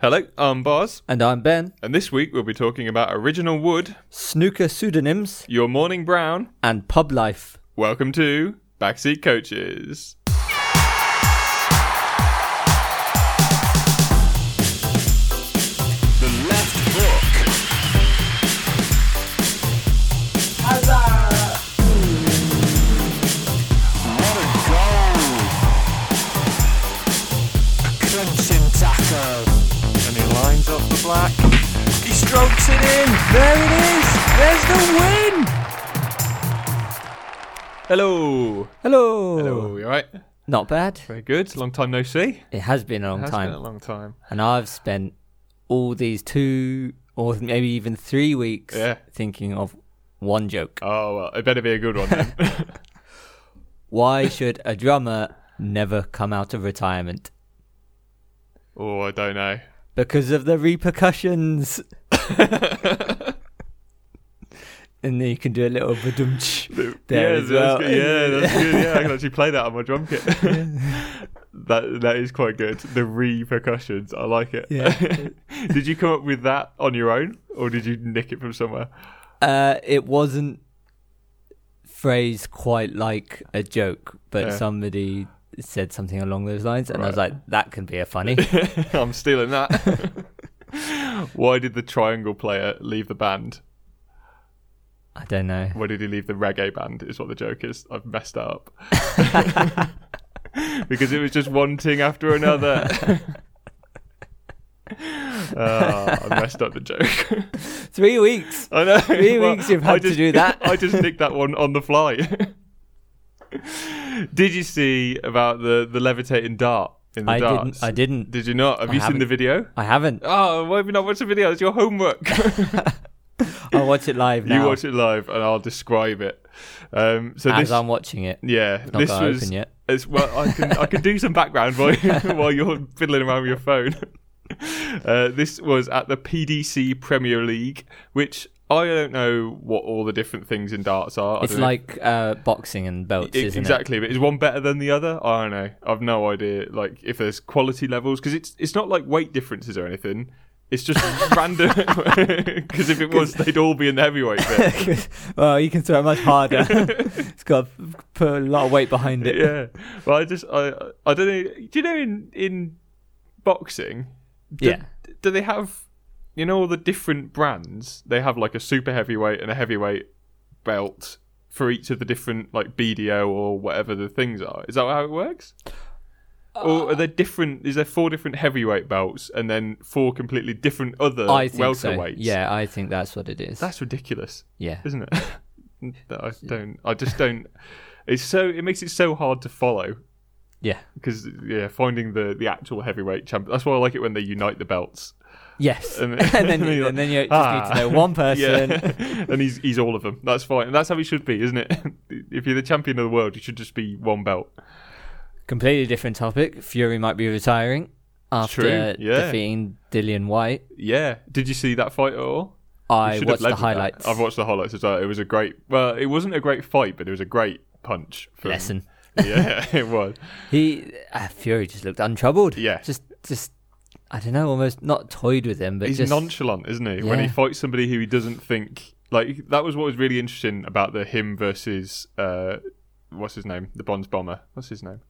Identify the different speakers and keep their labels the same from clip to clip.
Speaker 1: Hello, I'm Boz,
Speaker 2: And I'm Ben.
Speaker 1: and this week we'll be talking about original wood,
Speaker 2: Snooker pseudonyms
Speaker 1: your morning brown.
Speaker 2: and pub life.
Speaker 1: Welcome to Backseat Coaches.
Speaker 3: The left book. What a goal! A crunching tackle. And he lines up the black. He strokes it in. There it is. There's the win.
Speaker 1: Hello.
Speaker 2: Hello.
Speaker 1: Hello. You all right?
Speaker 2: Not bad.
Speaker 1: Very good. Long time no see.
Speaker 2: It has been a long
Speaker 1: Has
Speaker 2: time.
Speaker 1: been a long time.
Speaker 2: and I've spent all these two or maybe even three weeks
Speaker 1: Yeah.
Speaker 2: thinking of one joke.
Speaker 1: Oh well, it better be a good one then.
Speaker 2: Why should a drummer never come out of retirement?
Speaker 1: oh, I don't know.
Speaker 2: Because of the repercussions. and then you can do a little badumch there
Speaker 1: yeah,
Speaker 2: as well.
Speaker 1: that's good. yeah, that's good. Yeah, I can actually play that on my drum kit. that that is quite good. The repercussions, I like it.
Speaker 2: Yeah.
Speaker 1: did you come up with that on your own, or did you nick it from somewhere?
Speaker 2: Uh, it wasn't phrased quite like a joke, but
Speaker 1: Yeah.
Speaker 2: somebody said something along those lines, and I was
Speaker 1: Right.
Speaker 2: like, "That can be a funny."
Speaker 1: I'm stealing that. Why did the triangle player leave the band?
Speaker 2: I don't know.
Speaker 1: Why did he leave the reggae band? Is what the joke is. I've messed that up. because it was just one thing after another. Ah, I messed up the joke.
Speaker 2: Three weeks.
Speaker 1: I know.
Speaker 2: Three weeks you've
Speaker 1: I
Speaker 2: had to do that.
Speaker 1: I just nicked that one on the fly. Did you see about the, the levitating dart in the
Speaker 2: I
Speaker 1: darts?
Speaker 2: didn't. I didn't.
Speaker 1: Did you not? Have
Speaker 2: I
Speaker 1: you seen the
Speaker 2: haven't.
Speaker 1: video?
Speaker 2: I haven't.
Speaker 1: Oh, why have you not watched the video? It's your homework.
Speaker 2: I'll watch it live now.
Speaker 1: You watch it live, and I'll describe it. Um, so
Speaker 2: as
Speaker 1: this,
Speaker 2: I'm watching it.
Speaker 1: yeah,
Speaker 2: Not
Speaker 1: this
Speaker 2: got
Speaker 1: was.
Speaker 2: open yet.
Speaker 1: It's, well, I can I can do some background while while you're fiddling around with your phone. Uh, this was at the PDC Premier League, which I don't know what all the different things in darts are. I
Speaker 2: It's
Speaker 1: don't know. E,
Speaker 2: like uh, boxing and belts,
Speaker 1: It-
Speaker 2: isn't
Speaker 1: exactly, but is one better than the other? I don't know. I've no idea. Like if there's quality levels because it's it's not like weight differences or anything. It's just random because if it was, they'd all be in the heavyweight bit.
Speaker 2: it? well, you can throw it much harder. it's got to put a lot of weight behind it.
Speaker 1: yeah. Well, I just I I don't know. Do you know in in boxing? Do,
Speaker 2: Yeah.
Speaker 1: Do they have you know all the different brands? They have like a super heavyweight and a heavyweight belt for each of the different like BDO or whatever the things are. Is that how it works? Or are there different? Is there four different heavyweight belts and then four completely different other
Speaker 2: I think so.
Speaker 1: welterweights?
Speaker 2: Yeah, I think that's what it is.
Speaker 1: that's ridiculous
Speaker 2: yeah.
Speaker 1: isn't it? that I don't. I just don't. It's so. It makes it so hard to follow
Speaker 2: Yeah.
Speaker 1: because yeah, finding the the actual heavyweight champion. That's why I like it when they unite the belts.
Speaker 2: Yes,
Speaker 1: And-
Speaker 2: and, then
Speaker 1: and you're
Speaker 2: and then you just
Speaker 1: ah.
Speaker 2: need to know one person.
Speaker 1: Yeah, and he's he's all of them. That's fine. And that's how he should be, isn't it? if you're the champion of the world, you should just be one belt.
Speaker 2: Completely different topic. Fury might be retiring after
Speaker 1: True, yeah.
Speaker 2: defeating Dillian White.
Speaker 1: Yeah. Did you see that fight at all? You
Speaker 2: I
Speaker 1: should have
Speaker 2: watched
Speaker 1: led
Speaker 2: the
Speaker 1: with that.
Speaker 2: highlights.
Speaker 1: I've watched the highlights as well. It was a great. Well, it wasn't a great fight, but it was a great punch. From,
Speaker 2: Lesson.
Speaker 1: Yeah, it was.
Speaker 2: He uh, Fury just looked untroubled.
Speaker 1: Yeah.
Speaker 2: just just I don't know, almost not toyed with him, but
Speaker 1: he's
Speaker 2: just
Speaker 1: nonchalant, isn't he? When he
Speaker 2: Yeah.
Speaker 1: fights somebody who he doesn't think like that was what was really interesting about the him versus uh what's his name? The Bonds bomber. What's his name?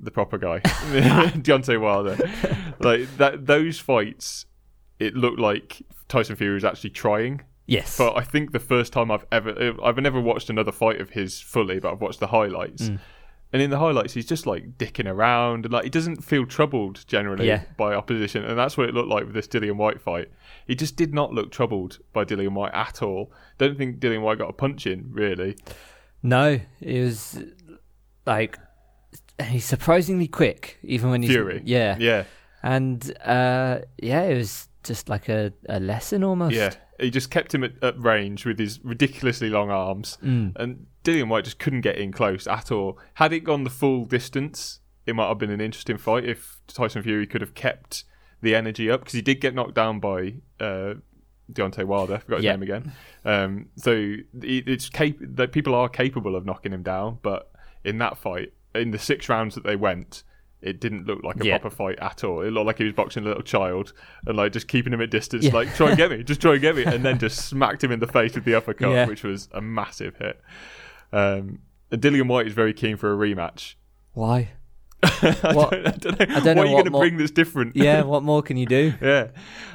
Speaker 1: The proper guy. Deontay Wilder. like that those fights it looked like Tyson Fury was actually trying.
Speaker 2: yes,
Speaker 1: But I think the first time I've ever I've never watched another fight of his fully, but I've watched the highlights.
Speaker 2: Mm.
Speaker 1: And in the highlights, he's just like dicking around, and like he doesn't feel troubled generally
Speaker 2: Yeah.
Speaker 1: by opposition, and that's what it looked like with this Dillian White fight. He just did not look troubled by Dillian White at all. Don't think Dillian White got a punch in really.
Speaker 2: no, it was like he's surprisingly quick, even when he's
Speaker 1: Fury,
Speaker 2: Yeah,
Speaker 1: yeah,
Speaker 2: and uh, yeah, it was just like a, a lesson almost.
Speaker 1: yeah. He just kept him at, at range with his ridiculously long arms, and Dillian White just couldn't get in close at all. Had it gone the full distance, it might have been an interesting fight if Tyson Fury could have kept the energy up because he did get knocked down by uh, Deontay Wilder. I forgot his
Speaker 2: Yeah.
Speaker 1: name again. Um, so it, it's cap- that people are capable of knocking him down, but in that fight, in the six rounds that they went, it didn't look like a
Speaker 2: Yeah.
Speaker 1: proper fight at all. It looked like he was boxing a little child and like just keeping him at distance,
Speaker 2: Yeah.
Speaker 1: like try and get me, just try and get me, and then just smacked him in the face with the uppercut,
Speaker 2: Yeah.
Speaker 1: which was a massive hit. Um, and Dillian White is very keen for a rematch.
Speaker 2: Why?
Speaker 1: I,
Speaker 2: What-
Speaker 1: don't, I don't know.
Speaker 2: I don't know
Speaker 1: what are you
Speaker 2: what
Speaker 1: going to
Speaker 2: more-
Speaker 1: bring that's different?
Speaker 2: Yeah, what more can you do?
Speaker 1: yeah.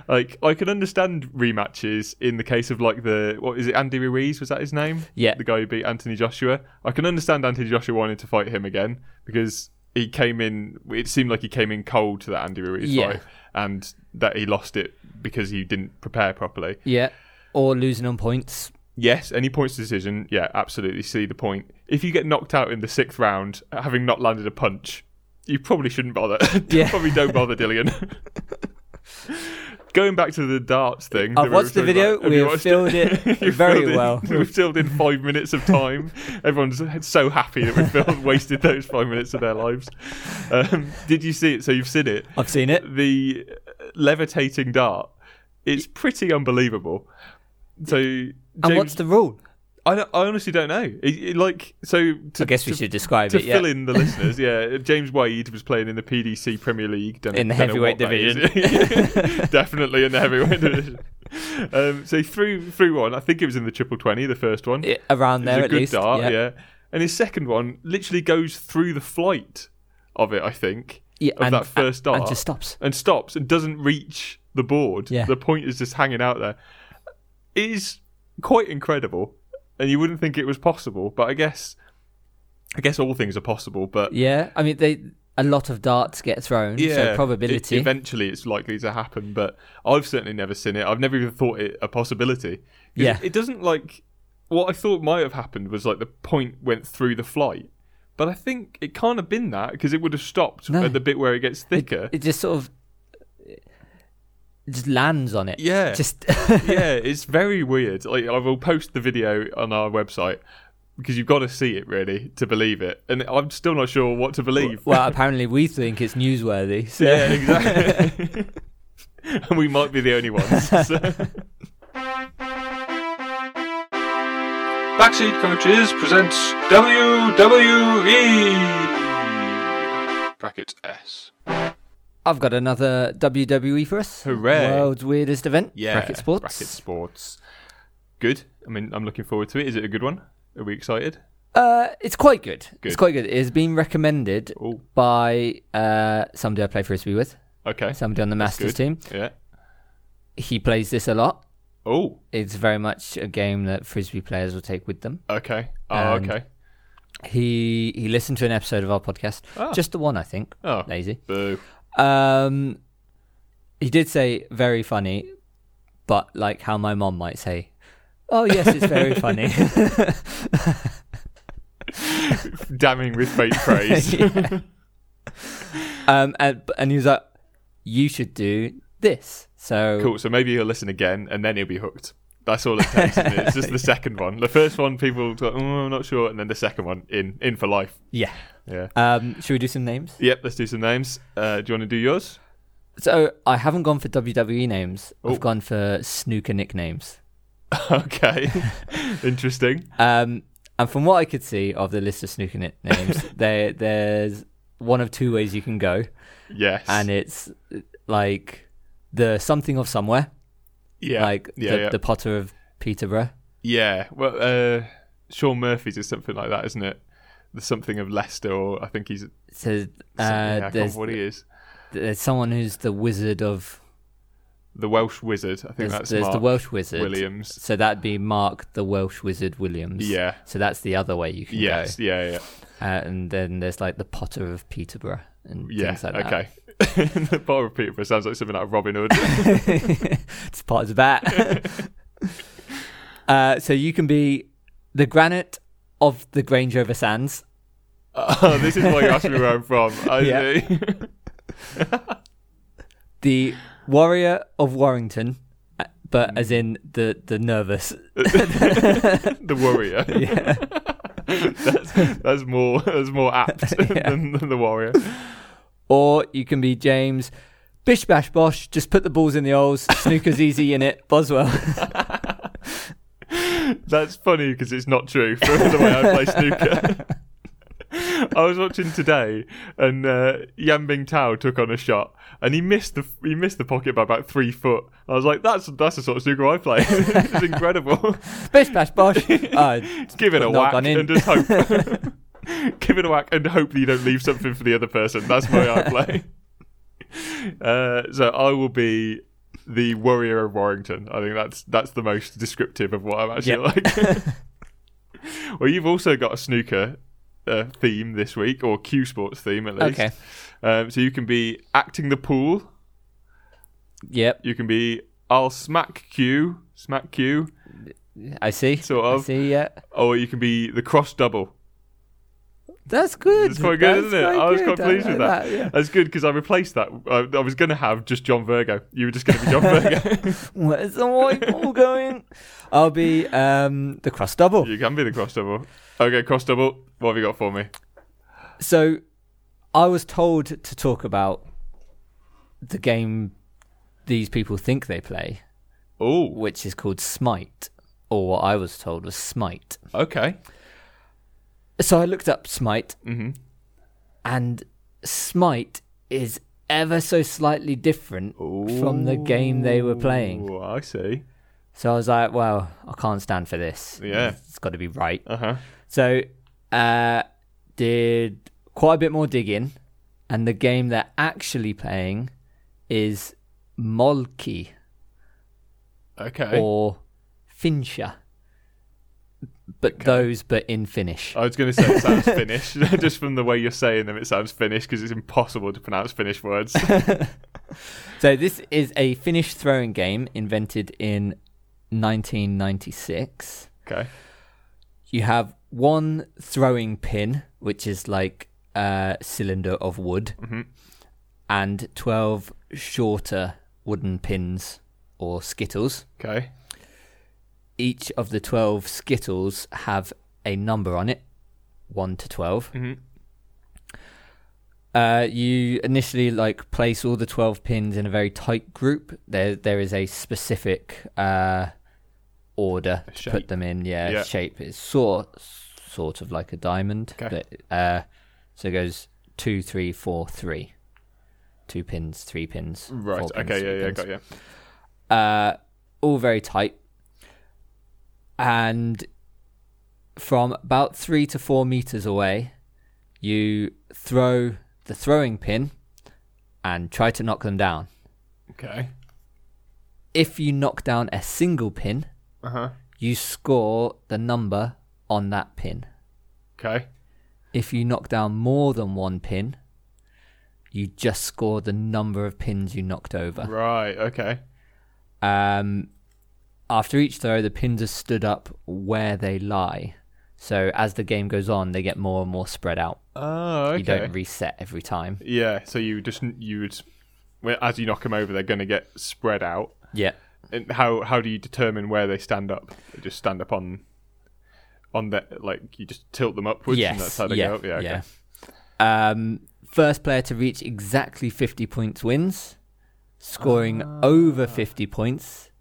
Speaker 1: Like I can understand rematches in the case of like the what is it Andy Ruiz was that his name?
Speaker 2: Yeah.
Speaker 1: the guy who beat Anthony Joshua. I can understand Anthony Joshua wanting to fight him again because he came in. It seemed like he came in cold to that Andy Ruiz
Speaker 2: Yeah.
Speaker 1: fight, and that he lost it because he didn't prepare properly.
Speaker 2: Yeah, or losing on points.
Speaker 1: Yes, any points decision. Yeah, absolutely. See the point. If you get knocked out in the sixth round, uh, having not landed a punch, you probably shouldn't bother.
Speaker 2: Yeah.
Speaker 1: probably don't bother, Dillian. Going back to the darts thing.
Speaker 2: I've
Speaker 1: that we
Speaker 2: watched the
Speaker 1: were talking
Speaker 2: video.
Speaker 1: about, have
Speaker 2: We
Speaker 1: you
Speaker 2: have
Speaker 1: watched
Speaker 2: filled it
Speaker 1: You've
Speaker 2: very
Speaker 1: filled in-
Speaker 2: well.
Speaker 1: We've filled in five minutes of time. Everyone's so happy that we filled, wasted those five minutes of their lives. Um, did you see it? So you've seen it.
Speaker 2: I've seen it.
Speaker 1: The levitating dart. It's pretty unbelievable. So James,
Speaker 2: And what's the rule?
Speaker 1: I, don't- I honestly don't know. It, it, like so, to,
Speaker 2: I guess we
Speaker 1: to-
Speaker 2: should describe
Speaker 1: to
Speaker 2: it. Yeah.
Speaker 1: fill in the listeners. Yeah, James Wade was playing in the PDC Premier League don't-
Speaker 2: In the
Speaker 1: don't know what
Speaker 2: heavyweight
Speaker 1: that is. Definitely in the heavyweight division. Um, so he threw threw one. I think it was in the triple twenty, the first one.
Speaker 2: Yeah, around
Speaker 1: It
Speaker 2: there
Speaker 1: was a
Speaker 2: at
Speaker 1: good
Speaker 2: least.
Speaker 1: dart,
Speaker 2: yeah.
Speaker 1: And his second one literally goes through the flight of it. I think
Speaker 2: Yeah,
Speaker 1: of
Speaker 2: and-
Speaker 1: that first
Speaker 2: and
Speaker 1: dart
Speaker 2: just stops.
Speaker 1: and stops and doesn't reach the board.
Speaker 2: Yeah.
Speaker 1: The point is just hanging out there. It is quite incredible, and you wouldn't think it was possible, but I guess, I guess all things are possible. But
Speaker 2: Yeah, I mean they a lot of darts get thrown, so
Speaker 1: it-
Speaker 2: probability.
Speaker 1: eventually, it's likely to happen. But I've certainly never seen it. I've never even thought it a possibility. 'Cause
Speaker 2: Yeah.
Speaker 1: It, it doesn't like what I thought might have happened was like the point went through the flight. But I think it can't have been that because it would have stopped
Speaker 2: No.
Speaker 1: at the bit where it gets thicker.
Speaker 2: it just sort of it just lands on it.
Speaker 1: Yeah.
Speaker 2: Just
Speaker 1: yeah, it's very weird. Like, I will post the video on our website because you've got to see it really to believe it. And I'm still not sure what to believe.
Speaker 2: well, apparently we think it's newsworthy. So
Speaker 1: yeah, exactly. and we might be the only ones. So.
Speaker 3: Backseat Coaches presents WWE. Brackets S.
Speaker 2: I've got another WWE for us.
Speaker 1: Hooray.
Speaker 2: World's weirdest event.
Speaker 1: Yeah.
Speaker 2: Bracket sports.
Speaker 1: Bracket sports. Good. I mean, I'm looking forward to it. Is it a good one? Are we excited?
Speaker 2: Uh, it's quite good.
Speaker 1: Good.
Speaker 2: It's quite good. It's been recommended
Speaker 1: Ooh.
Speaker 2: by uh, somebody I play frisbee with,
Speaker 1: Okay.
Speaker 2: somebody on the Masters
Speaker 1: Good.
Speaker 2: team.
Speaker 1: Yeah.
Speaker 2: He plays this a lot.
Speaker 1: Oh,
Speaker 2: It's very much a game that frisbee players will take with them.
Speaker 1: okay. Oh,
Speaker 2: And-
Speaker 1: okay.
Speaker 2: He he listened to an episode of our podcast,
Speaker 1: Ah.
Speaker 2: just the one, I think.
Speaker 1: Oh,
Speaker 2: Lazy.
Speaker 1: boo.
Speaker 2: Um, he did say very funny, but like how my mom might say, "Oh yes, it's very funny."
Speaker 1: Damning with faint praise.
Speaker 2: Yeah. um, and and he was like, "You should do this." So
Speaker 1: Cool. So maybe he'll listen again, and then he'll be hooked. That's all it takes. isn't it? It's just the second one. The first one, people go, "Oh, I'm not sure," and then the second one, in, in for life.
Speaker 2: yeah.
Speaker 1: Yeah.
Speaker 2: Um, should we do some names?
Speaker 1: Yep. Let's do some names. Uh, do you want to do yours?
Speaker 2: So I haven't gone for WWE names.
Speaker 1: Oh.
Speaker 2: I've gone for snooker nicknames.
Speaker 1: okay. Interesting.
Speaker 2: Um, and from what I could see of the list of snooker nicknames, there there's one of two ways you can go,
Speaker 1: Yes.
Speaker 2: and it's uh, like the something of somewhere,
Speaker 1: yeah.
Speaker 2: like
Speaker 1: yeah,
Speaker 2: the,
Speaker 1: yeah.
Speaker 2: the Potter of Peterborough.
Speaker 1: yeah. Well, uh, Sean Murphy's is something like that, isn't it? The something of Leicester, or I think he's.
Speaker 2: So
Speaker 1: something- yeah, I
Speaker 2: uh,
Speaker 1: can't
Speaker 2: there's
Speaker 1: remember what he is.
Speaker 2: there's someone who's the wizard of
Speaker 1: The Welsh Wizard. I think
Speaker 2: there's,
Speaker 1: that's
Speaker 2: there's the
Speaker 1: Mark
Speaker 2: Welsh wizard
Speaker 1: Williams.
Speaker 2: So that'd be Mark the Welsh wizard Williams.
Speaker 1: Yeah.
Speaker 2: So that's the other way you can
Speaker 1: Yes.
Speaker 2: go.
Speaker 1: Yeah. Yeah.
Speaker 2: Uh, and then there's like the Potter of Peterborough and
Speaker 1: Yeah.
Speaker 2: things like
Speaker 1: okay. the bar of Peterborough sounds like something out of Robin Hood.
Speaker 2: that. it's part of the bat. uh, so you can be the granite of the Grangeover Sands.
Speaker 1: Oh, this is why you asked me where I'm from. I
Speaker 2: Yeah.
Speaker 1: see.
Speaker 2: the warrior of Warrington, uh,
Speaker 1: Hmm.
Speaker 2: but as in the the nervous.
Speaker 1: the warrior.
Speaker 2: Yeah.
Speaker 1: That's, that's more that's more apt
Speaker 2: Yeah.
Speaker 1: than, than the warrior.
Speaker 2: Or you can be James. Bish bash bosh, just put the balls in the holes. Snooker's easy in it. Boswell.
Speaker 1: That's funny because it's not true for the way I play snooker. I was watching today, and uh, Yan Bing Tao took on a shot, and he missed the he missed the pocket by about three foot. I was like, that's that's the sort of snooker I play. it's incredible.
Speaker 2: Bish bash bosh. Uh,
Speaker 1: Give it a
Speaker 2: But not
Speaker 1: whack
Speaker 2: gone in.
Speaker 1: and just hope. Give it a whack and hope that you don't leave something for the other person. That's my I play. Uh, so I will be the warrior of Warrington. I think that's that's the most descriptive of what I'm actually like. well, you've also got a snooker uh, theme this week, or Q Sports theme at least.
Speaker 2: Okay.
Speaker 1: Um, so you can be acting the pool.
Speaker 2: yep.
Speaker 1: You can be I'll smack Q, smack Q,
Speaker 2: I see.
Speaker 1: Sort
Speaker 2: I
Speaker 1: of.
Speaker 2: see. Yeah.
Speaker 1: or you can be the cross double.
Speaker 2: That's good.
Speaker 1: It's quite good,
Speaker 2: That's
Speaker 1: isn't it? I was quite
Speaker 2: good. I
Speaker 1: pleased with
Speaker 2: like
Speaker 1: that.
Speaker 2: yeah.
Speaker 1: That's good because I replaced that. I, I was going to have just John Virgo. You were just going to be John Virgo.
Speaker 2: Where's the white ball going? I'll be um, the cross double.
Speaker 1: you can be the cross double. Okay, cross double. What have you got for me?
Speaker 2: So, I was told to talk about the game these people think they play,
Speaker 1: Oh,
Speaker 2: which is called Smite, or what I was told was Smite.
Speaker 1: okay.
Speaker 2: So I looked up Smite,
Speaker 1: Mhm.
Speaker 2: and Smite is ever so slightly different from the game they were playing.
Speaker 1: Oh, I see.
Speaker 2: So I was like, well, I can't stand for this.
Speaker 1: Yeah.
Speaker 2: It's got to be right.
Speaker 1: Uh huh.
Speaker 2: So, uh, did quite a bit more digging, and the game they're actually playing is Molki
Speaker 1: Okay.
Speaker 2: or Fincher, but those but in Finnish.
Speaker 1: I was going to say it sounds Finnish. just from the way you're saying them, it sounds Finnish because it's impossible to pronounce Finnish words.
Speaker 2: So this is a Finnish throwing game invented in 1996.
Speaker 1: okay.
Speaker 2: you have one throwing pin, which is like a cylinder of wood, and 12 shorter wooden pins or skittles.
Speaker 1: Okay.
Speaker 2: Each of the 12 skittles have a number on it 1 to 12.
Speaker 1: Mhm.
Speaker 2: Uh, you initially like place all the 12 pins in a very tight group. There, there is a specific uh, order to
Speaker 1: shape.
Speaker 2: put them in. Yeah,
Speaker 1: Yeah.
Speaker 2: shape is sort sort of like a diamond.
Speaker 1: Okay.
Speaker 2: But, uh, so it goes two, three, four, three. Two pins, three pins.
Speaker 1: Right.
Speaker 2: four pins,
Speaker 1: okay.
Speaker 2: three
Speaker 1: Yeah. Yeah.
Speaker 2: pins.
Speaker 1: Got you.
Speaker 2: Uh, all very tight. And from about three to four meters away, you throw the throwing pin and try to knock them down.
Speaker 1: Okay.
Speaker 2: If you knock down a single pin,
Speaker 1: Uh huh.
Speaker 2: you score the number on that pin.
Speaker 1: Okay.
Speaker 2: If you knock down more than one pin, you just score the number of pins you knocked over.
Speaker 1: Right. Okay.
Speaker 2: Um, after each throw, the pins are stood up where they lie. So as the game goes on, they get more and more spread out.
Speaker 1: Oh. Okay.
Speaker 2: You don't reset every time.
Speaker 1: Yeah, so you just you would well, as you knock them over, they're going to get spread out.
Speaker 2: Yeah.
Speaker 1: And how how do you determine where they stand up? They just stand up on on the like you just tilt them upwards. and that's
Speaker 2: Yes.
Speaker 1: how they
Speaker 2: yeah.
Speaker 1: go. Yeah, okay.
Speaker 2: yeah. Um, first player to reach exactly 50 points wins. Scoring
Speaker 1: Ah.
Speaker 2: over 50 points,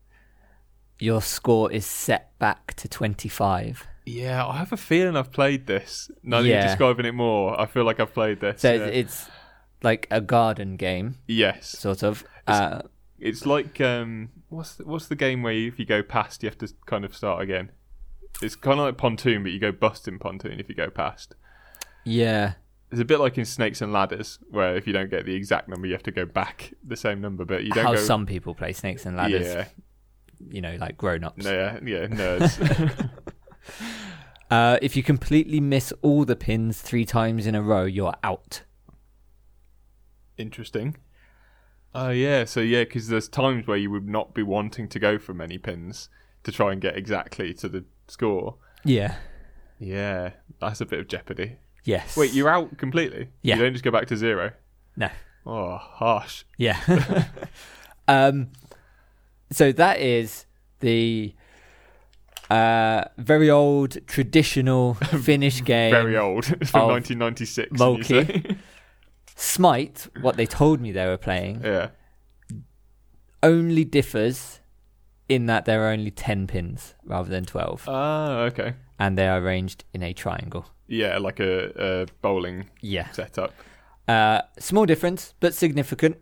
Speaker 2: your score is set back to 25.
Speaker 1: Yeah, I have a feeling I've played this. Now that you're
Speaker 2: Yeah.
Speaker 1: describing it more, I feel like I've played this.
Speaker 2: So
Speaker 1: yeah.
Speaker 2: it's like a garden game,
Speaker 1: yes,
Speaker 2: sort of. Uh,
Speaker 1: it's like um, what's the, what's the game where you, if you go past, you have to kind of start again. It's kind of like pontoon, but you go busting pontoon if you go past.
Speaker 2: yeah.
Speaker 1: It's a bit like in Snakes and Ladders, where if you don't get the exact number, you have to go back the same number, but you don't
Speaker 2: how
Speaker 1: go.
Speaker 2: some people play snakes and ladders.
Speaker 1: yeah,
Speaker 2: You know, like grown ups.
Speaker 1: no, yeah, yeah, nerds.
Speaker 2: Uh, if you completely miss all the pins three times in a row, you're out.
Speaker 1: Interesting. Oh yeah, so yeah, because there's times where you would not be wanting to go for many pins to try and get exactly to the score.
Speaker 2: Yeah.
Speaker 1: Yeah, that's a bit of jeopardy.
Speaker 2: Yes.
Speaker 1: Wait, you're out completely.
Speaker 2: Yeah.
Speaker 1: you don't just go back to zero.
Speaker 2: No.
Speaker 1: Oh, harsh.
Speaker 2: Yeah. um, so that is the uh, very old traditional Finnish game.
Speaker 1: Very old. It's from
Speaker 2: Um, Of
Speaker 1: 1996. you
Speaker 2: Mulkey.
Speaker 1: say.
Speaker 2: Smite, what they told me they were playing,
Speaker 1: yeah.
Speaker 2: only differs in that there are only 10 pins rather than 12,
Speaker 1: Ah, okay.
Speaker 2: and they are arranged in a triangle.
Speaker 1: Yeah, like a, a bowling
Speaker 2: Yeah.
Speaker 1: setup.
Speaker 2: Uh, small difference, but significant.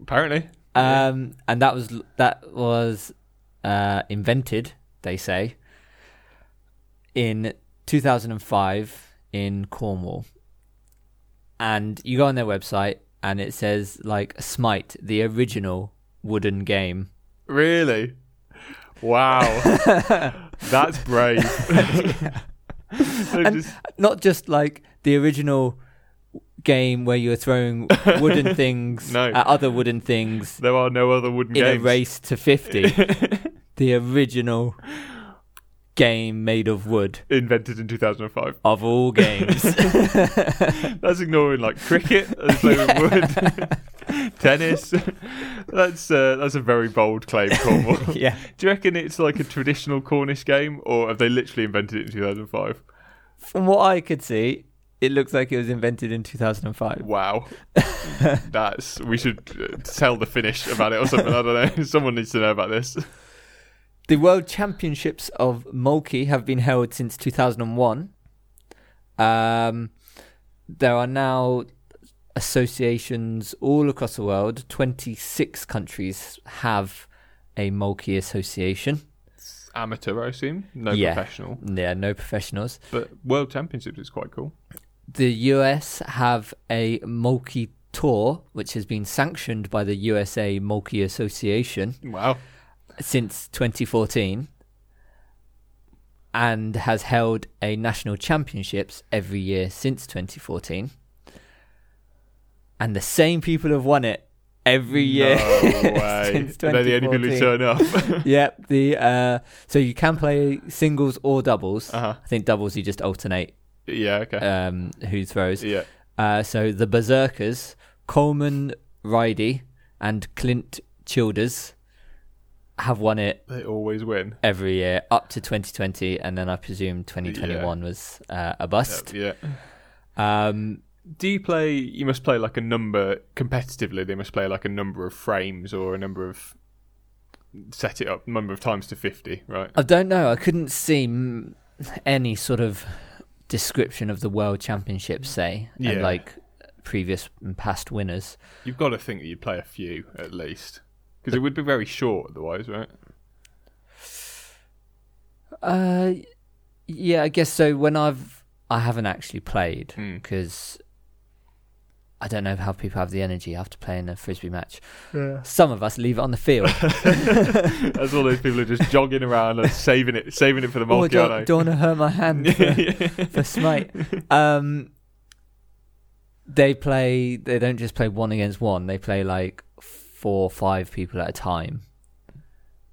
Speaker 1: Apparently.
Speaker 2: Um, and that was that was uh, invented, they say, in 2005 in Cornwall. And you go on their website, and it says like Smite, the original wooden game.
Speaker 1: Really? Wow. That's brave. They just-
Speaker 2: Not just like the original game where you were throwing wooden things
Speaker 1: No.
Speaker 2: at other wooden things
Speaker 1: there are no other wooden
Speaker 2: in
Speaker 1: games.
Speaker 2: a race to 50. the original game made of wood
Speaker 1: Invented in 2005.
Speaker 2: of all games.
Speaker 1: That's ignoring like cricket, as they would, tennis. that's uh, that's a very bold claim, Cornwall.
Speaker 2: yeah.
Speaker 1: Do you reckon it's like a traditional Cornish game, or have they literally invented it in 2005?
Speaker 2: From what I could see, it looks like it was invented in 2005.
Speaker 1: Wow, that's we should uh, tell the Finnish about it or something. I don't know. Someone needs to know about this.
Speaker 2: The World Championships of Mulki have been held since 2001. Um, there are now associations all across the world. 26 countries have a Mulki association.
Speaker 1: Amateur, I assume, no
Speaker 2: Yeah.
Speaker 1: professional.
Speaker 2: Yeah, no professionals.
Speaker 1: But World Championships is quite cool.
Speaker 2: the US have a Mulkey tour, which has been sanctioned by the USA Mulkey Association
Speaker 1: Wow,
Speaker 2: since 2014 and has held a national championships every year since 2014. And the same people have won it every year.
Speaker 1: No way.
Speaker 2: Since
Speaker 1: They're the only people who
Speaker 2: 2014.
Speaker 1: turn up.
Speaker 2: yep, the uh so you can play singles or doubles.
Speaker 1: Uh-huh.
Speaker 2: I think doubles you just alternate
Speaker 1: yeah. Okay.
Speaker 2: um who throws.
Speaker 1: yeah.
Speaker 2: Uh, so the Berserkers, Coleman Ridey and Clint Childers have won it
Speaker 1: They always win.
Speaker 2: every year up to 2020, and then I presume 2021 was uh, a bust.
Speaker 1: Yeah.
Speaker 2: Um,
Speaker 1: Do you play? You must play like a number competitively. They must play like a number of frames or a number of set it up number of times to fifty, right?
Speaker 2: I don't know. I couldn't see mm, any sort of description of the World Championships, say,
Speaker 1: Yeah.
Speaker 2: and like previous and past winners.
Speaker 1: You've got to think that you'd play a few at least, because it would be very short otherwise, right?
Speaker 2: Uh, yeah, I guess so. When I've I haven't actually played
Speaker 1: Mm.
Speaker 2: because I don't know how people have the energy after playing a frisbee match. Some of us leave it on the field.
Speaker 1: That's all those people who are just jogging around and saving it, saving it for the
Speaker 2: oh, I
Speaker 1: multi.
Speaker 2: don't, don't want to hurt my hand for, for smite. Um, they play. They don't just play one against one. They play like four, or five people at a time,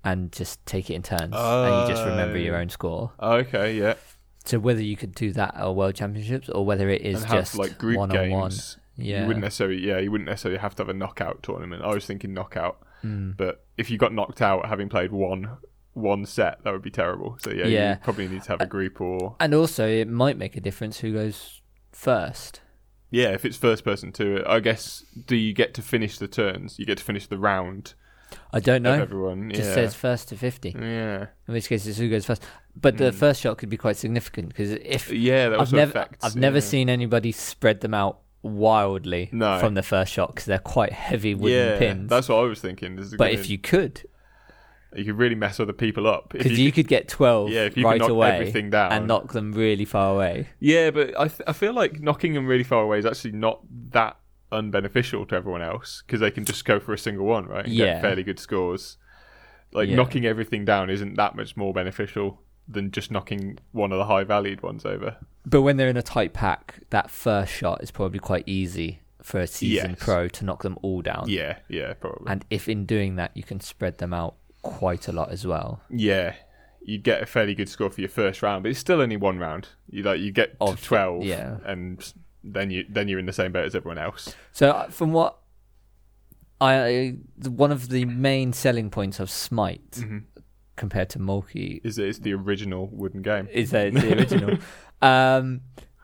Speaker 2: and just take it in turns. and you just remember your
Speaker 1: Oh.
Speaker 2: own score.
Speaker 1: okay, yeah.
Speaker 2: So whether you could do that at World Championships or whether it is
Speaker 1: and have
Speaker 2: just
Speaker 1: like group
Speaker 2: one on one.
Speaker 1: games.
Speaker 2: Yeah.
Speaker 1: You wouldn't necessarily, yeah, you wouldn't necessarily have to have a knockout tournament. I was thinking knockout,
Speaker 2: Hmm.
Speaker 1: but if you got knocked out having played one one set, that would be terrible. So yeah,
Speaker 2: Yeah. Uh,
Speaker 1: you probably need to have a group or
Speaker 2: And also, it might make a difference who goes first.
Speaker 1: yeah, if it's first person to it, I guess do you get to finish the turns? You get to finish the round
Speaker 2: I don't
Speaker 1: of
Speaker 2: know.
Speaker 1: everyone.
Speaker 2: It just
Speaker 1: yeah.
Speaker 2: says first to 50,
Speaker 1: yeah,
Speaker 2: in which case it's who goes first. But the
Speaker 1: Mm.
Speaker 2: first shot could be quite significant because if
Speaker 1: yeah, that
Speaker 2: I've
Speaker 1: also
Speaker 2: never,
Speaker 1: affects.
Speaker 2: I've never
Speaker 1: yeah.
Speaker 2: seen anybody spread them out wildly
Speaker 1: No.
Speaker 2: from the first shot because they're quite heavy wooden
Speaker 1: Yeah,
Speaker 2: pins.
Speaker 1: that's what I was thinking. Is it
Speaker 2: but
Speaker 1: gonna-
Speaker 2: if you could,
Speaker 1: you could really mess other people up. If
Speaker 2: because you, could get 12
Speaker 1: yeah, if you could
Speaker 2: right
Speaker 1: knock
Speaker 2: away
Speaker 1: everything down
Speaker 2: and knock them really far away.
Speaker 1: Yeah, but I, th- I feel like knocking them really far away is actually not that unbeneficial to everyone else because they can just go for a single one, right? and
Speaker 2: Yeah.
Speaker 1: Get fairly good scores. Like
Speaker 2: Yeah.
Speaker 1: knocking everything down isn't that much more beneficial than just knocking one of the high valued ones over.
Speaker 2: But when they're in a tight pack, that first shot is probably quite easy for a seasoned
Speaker 1: Yes.
Speaker 2: pro to knock them all down.
Speaker 1: Yeah, yeah, probably.
Speaker 2: And if in doing that, you can spread them out quite a lot as well.
Speaker 1: yeah. You'd get a fairly good score for your first round, but it's still only one round. You like you get to
Speaker 2: Of-
Speaker 1: twelve
Speaker 2: yeah.
Speaker 1: and then you then you're in the same boat as everyone else.
Speaker 2: So, uh, from what I, the- one of the main selling points of Smite compared to Mulkey
Speaker 1: Is it's the original wooden game.
Speaker 2: is that it's the original, um,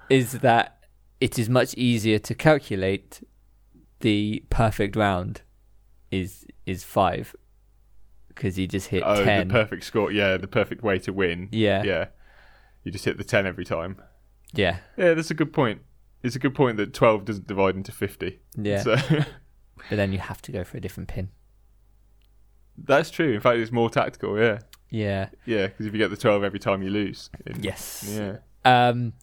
Speaker 2: is that it is much easier to calculate the perfect round is is five because he just hit
Speaker 1: Oh,
Speaker 2: 10.
Speaker 1: the perfect score. Yeah, the perfect way to win.
Speaker 2: Yeah.
Speaker 1: Yeah. You just hit the 10 every time.
Speaker 2: yeah.
Speaker 1: Yeah, that's a good point. It's a good point that 12 doesn't divide into 50.
Speaker 2: Yeah.
Speaker 1: So
Speaker 2: But then you have to go for a different pin.
Speaker 1: that's true. In fact, it's more tactical, yeah.
Speaker 2: Yeah.
Speaker 1: Yeah, because if you get the 12 every time you lose. it-
Speaker 2: Yes.
Speaker 1: Yeah.
Speaker 2: Um,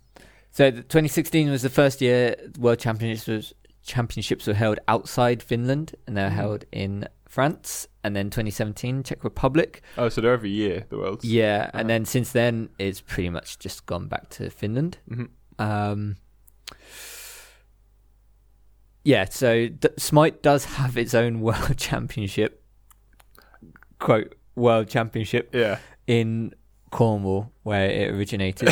Speaker 2: so the 2016 was the first year World Championships was championships were held outside Finland and they were held in France, and then 2017 Czech Republic.
Speaker 1: Oh, so they're every year, the world's.
Speaker 2: Yeah, and then since then it's pretty much just gone back to Finland.
Speaker 1: Mhm.
Speaker 2: Um, yeah, so d- Smite does have its own World Championship, quote World Championship
Speaker 1: Yeah.
Speaker 2: in Cornwall where it originated.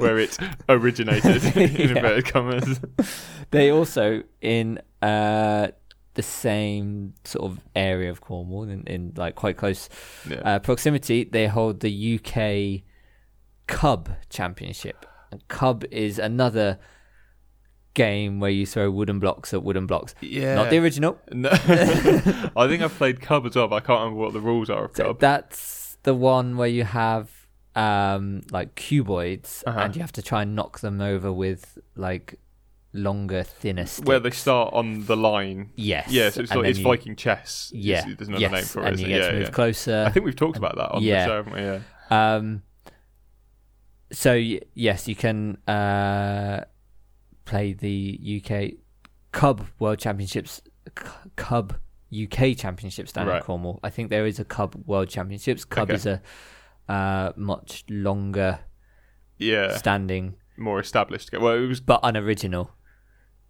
Speaker 1: Where it originated, in
Speaker 2: Yeah.
Speaker 1: inverted commas.
Speaker 2: They also in uh, the same sort of area of Cornwall, in, in like quite close
Speaker 1: Yeah.
Speaker 2: uh, proximity, they hold the UK Cub Championship. And Cub is another game where you throw wooden blocks at wooden blocks.
Speaker 1: yeah.
Speaker 2: Not the original.
Speaker 1: No. I think I've played Cub as well, but I can't remember what the rules are of
Speaker 2: So
Speaker 1: Cub.
Speaker 2: that's the one where you have um, like cuboids,
Speaker 1: Uh-huh.
Speaker 2: and you have to try and knock them over with like longer, thinner sticks.
Speaker 1: Where they start on the line.
Speaker 2: yes,
Speaker 1: Yeah, so it's,
Speaker 2: and
Speaker 1: like,
Speaker 2: then
Speaker 1: it's
Speaker 2: you-
Speaker 1: Viking chess. It's-
Speaker 2: Yeah,
Speaker 1: There's another
Speaker 2: yes,
Speaker 1: name for it.
Speaker 2: and
Speaker 1: isn't
Speaker 2: you
Speaker 1: it?
Speaker 2: get
Speaker 1: yeah,
Speaker 2: to move
Speaker 1: yeah.
Speaker 2: closer.
Speaker 1: I think we've talked about that on
Speaker 2: Yeah.
Speaker 1: the show, haven't we? Yeah.
Speaker 2: Um, so y- yes, you can uh, play the UK Cub World Championships, C- Cub UK Championships down in
Speaker 1: Right.
Speaker 2: Cornwall. I think there is a Cub World Championships. Cub
Speaker 1: Okay.
Speaker 2: is a uh, much longer
Speaker 1: Yeah.
Speaker 2: standing,
Speaker 1: More established. Well, it was.
Speaker 2: but unoriginal.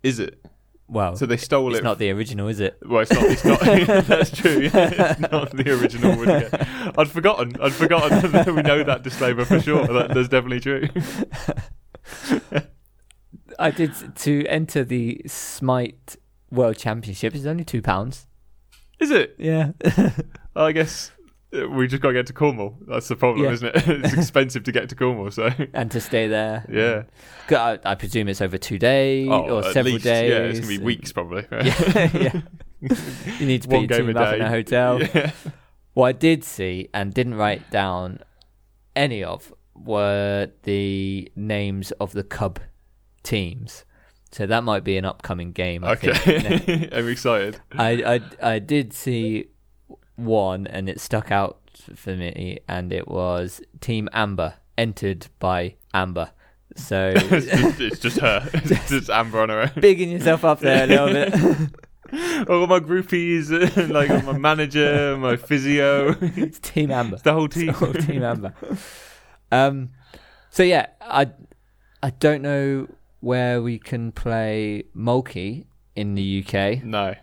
Speaker 1: Is it?
Speaker 2: Well,
Speaker 1: So they stole
Speaker 2: it's
Speaker 1: it.
Speaker 2: not the original, is it?
Speaker 1: well, it's not. It's not that's true. Yeah, it's not the original one. yeah. I'd forgotten. I'd forgotten. that we know that disclaimer for sure. That, that's definitely true.
Speaker 2: I did to enter the Smite World Championships. It's only two pounds.
Speaker 1: Is it?
Speaker 2: Yeah.
Speaker 1: I guess uh, we just got to get to Cornwall. That's the problem,
Speaker 2: Yeah.
Speaker 1: isn't it? it's expensive to get to Cornwall, so
Speaker 2: and to stay there.
Speaker 1: yeah.
Speaker 2: 'Cause I, I presume it's over two days
Speaker 1: Oh,
Speaker 2: or
Speaker 1: at
Speaker 2: several
Speaker 1: least,
Speaker 2: days.
Speaker 1: Yeah, it's gonna be weeks probably.
Speaker 2: yeah, yeah. You need to
Speaker 1: One
Speaker 2: put your
Speaker 1: game a
Speaker 2: team up
Speaker 1: day.
Speaker 2: in a hotel.
Speaker 1: Yeah.
Speaker 2: What I did see and didn't write down any of were the names of the Cub teams. So that might be an upcoming game. I think.
Speaker 1: Okay, I'm excited.
Speaker 2: I, I I did see one and it stuck out for me, and it was Team Amber, entered by Amber. So
Speaker 1: It's just, it's just her. It's just Amber on her own.
Speaker 2: bigging yourself up there a little bit.
Speaker 1: All my groupies, like my manager, my physio,
Speaker 2: it's Team Amber.
Speaker 1: the whole team.
Speaker 2: Or Team Amber. Um, so yeah, I I don't know where we can play Mulkey in the UK,
Speaker 1: No,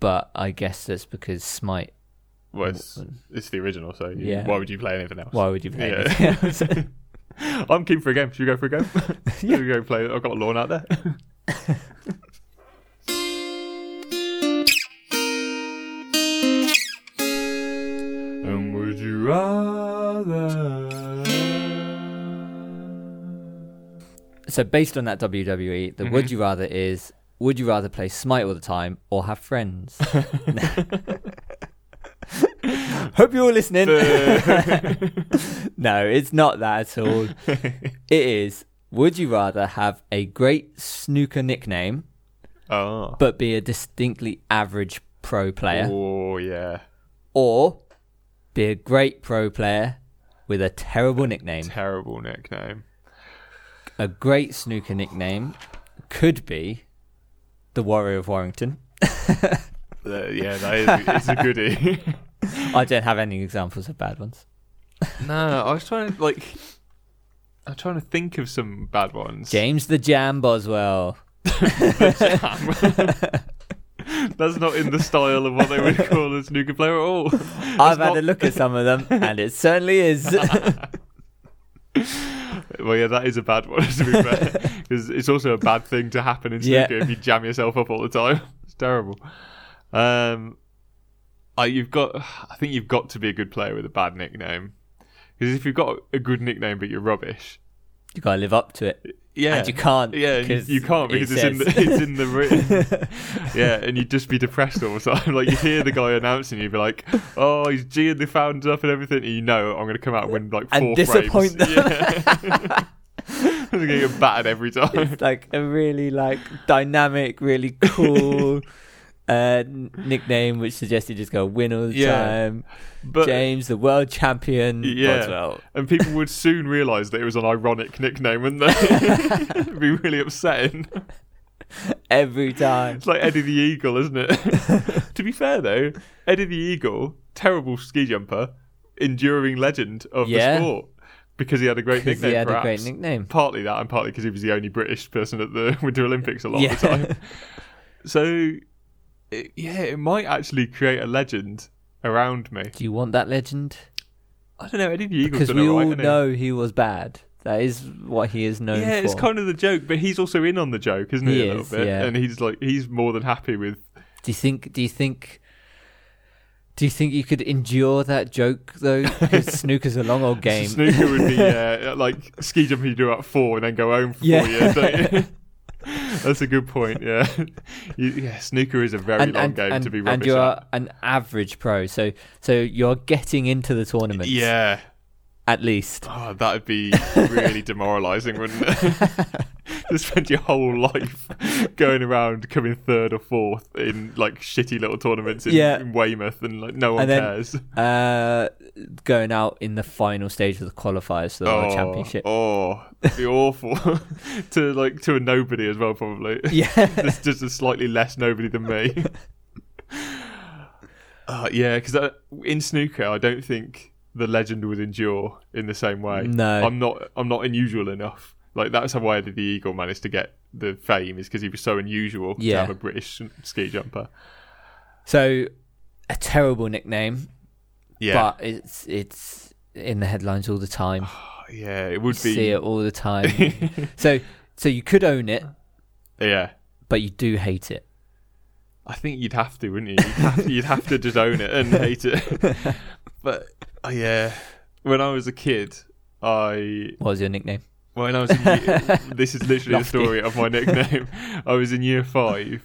Speaker 2: but I guess that's because Smite.
Speaker 1: well, it's, it's the original, so you-
Speaker 2: Yeah.
Speaker 1: why would you play anything else?
Speaker 2: Why would you play?
Speaker 1: Yeah.
Speaker 2: anything else?
Speaker 1: I'm keen for a game. Should we go for a game? yeah. we go play? I've got a lawn out there. and would you rather?
Speaker 2: so based on that WWE, the would you rather is would you rather play Smite all the time or have friends? Hope you're all listening. no, it's not that at all. It is would you rather have a great snooker nickname
Speaker 1: Oh.
Speaker 2: but be a distinctly average pro player
Speaker 1: Oh yeah.
Speaker 2: or be a great pro player with a terrible nickname?
Speaker 1: Terrible nickname.
Speaker 2: A great snooker nickname could be the Warrior of Warrington.
Speaker 1: Uh, yeah, that is it's a goodie.
Speaker 2: I don't have any examples of bad ones.
Speaker 1: no, I was trying to like I'm trying to think of some bad ones.
Speaker 2: James the Jam Boswell.
Speaker 1: That's not in the style of what they would call a snooker player at all.
Speaker 2: I've had
Speaker 1: not-
Speaker 2: a look at some of them, and it certainly is.
Speaker 1: Well, yeah, that is a bad one to be fair, because it's also a bad thing to happen in
Speaker 2: Yeah.
Speaker 1: snooker if you jam yourself up all the time. It's terrible. Um, I, you've got, I think you've got to be a good player with a bad nickname, because if you've got a good nickname but you're rubbish,
Speaker 2: you gotta live up to it.
Speaker 1: yeah,
Speaker 2: and you can't.
Speaker 1: Yeah, you, you can't because
Speaker 2: it
Speaker 1: it's in the
Speaker 2: says-
Speaker 1: it's in the written. yeah, and you'd just be depressed all the time. Like you hear the guy announcing, you'd be like, "Oh, he's G and the founds up and everything." And you know, I'm going to come out and win like four
Speaker 2: And disappoint
Speaker 1: frames. Yeah. I'm going to get battered every time.
Speaker 2: it's like a really like dynamic, really cool uh, n- nickname, which suggests you just go win all the
Speaker 1: Yeah.
Speaker 2: time.
Speaker 1: But
Speaker 2: James, the world champion.
Speaker 1: Yeah.
Speaker 2: Boswell.
Speaker 1: and people would soon realise that it was an ironic nickname, wouldn't they? It'd be really upsetting.
Speaker 2: every time.
Speaker 1: It's like Eddie the Eagle, isn't it? to be fair, though, Eddie the Eagle, terrible ski jumper, enduring legend of
Speaker 2: Yeah.
Speaker 1: the sport because he had a great
Speaker 2: Because
Speaker 1: nickname.
Speaker 2: he had a
Speaker 1: perhaps.
Speaker 2: great nickname.
Speaker 1: Partly that, and partly because he was the only British person at the Winter Olympics a lot
Speaker 2: Yeah.
Speaker 1: of the time. So, it, yeah, it might actually create a legend around me.
Speaker 2: Do you want that legend?
Speaker 1: I don't know. Eddie the Eagle's
Speaker 2: Because
Speaker 1: done
Speaker 2: we
Speaker 1: alright,
Speaker 2: all
Speaker 1: hasn't he?
Speaker 2: know he was bad. That is what he is known
Speaker 1: Yeah,
Speaker 2: for.
Speaker 1: it's kind of the joke, but he's also in on the joke, isn't he?
Speaker 2: He
Speaker 1: a little
Speaker 2: is,
Speaker 1: bit,
Speaker 2: yeah.
Speaker 1: and he's like he's more than happy with
Speaker 2: Do you think? Do you think? Do you think you could endure that joke though? 'Cause snooker's a long old game.
Speaker 1: Snooker would be uh, like ski jumping. You do at four and then go home for
Speaker 2: Yeah.
Speaker 1: four years. Don't you? That's a good point. Yeah, you, yeah. Snooker is a very long game to be rubbish
Speaker 2: and you're
Speaker 1: at.
Speaker 2: an average pro, so so you're getting into the tournament.
Speaker 1: Yeah,
Speaker 2: at least.
Speaker 1: oh, that would be really demoralising, wouldn't it? to spend your whole life going around coming third or fourth in like shitty little tournaments in,
Speaker 2: Yeah.
Speaker 1: in Weymouth, and like no one
Speaker 2: And then-
Speaker 1: cares.
Speaker 2: Uh, going out in the final stage of the qualifiers for the world Oh, championship.
Speaker 1: Oh, it'd be awful to like to a nobody as well, probably.
Speaker 2: Yeah,
Speaker 1: There's just a slightly less nobody than me. uh, yeah, because in snooker, I don't think the legend would endure in the same way.
Speaker 2: No.
Speaker 1: I'm not. I'm not unusual enough. Like that's how why the eagle managed to get the fame is because he was so unusual to
Speaker 2: Yeah.
Speaker 1: have a British ski jumper.
Speaker 2: so a terrible nickname,
Speaker 1: Yeah,
Speaker 2: but it's it's in the headlines all the time.
Speaker 1: yeah, it would
Speaker 2: See
Speaker 1: be.
Speaker 2: it all the time. so so you could own it,
Speaker 1: Yeah,
Speaker 2: but you do hate it.
Speaker 1: I think you'd have to, wouldn't you? You'd have, you'd have to just own it and hate it. but oh, yeah, when I was a kid, I
Speaker 2: What was your nickname?
Speaker 1: When I was in year, this is literally the
Speaker 2: Lofty.
Speaker 1: story of my nickname. I was in year five,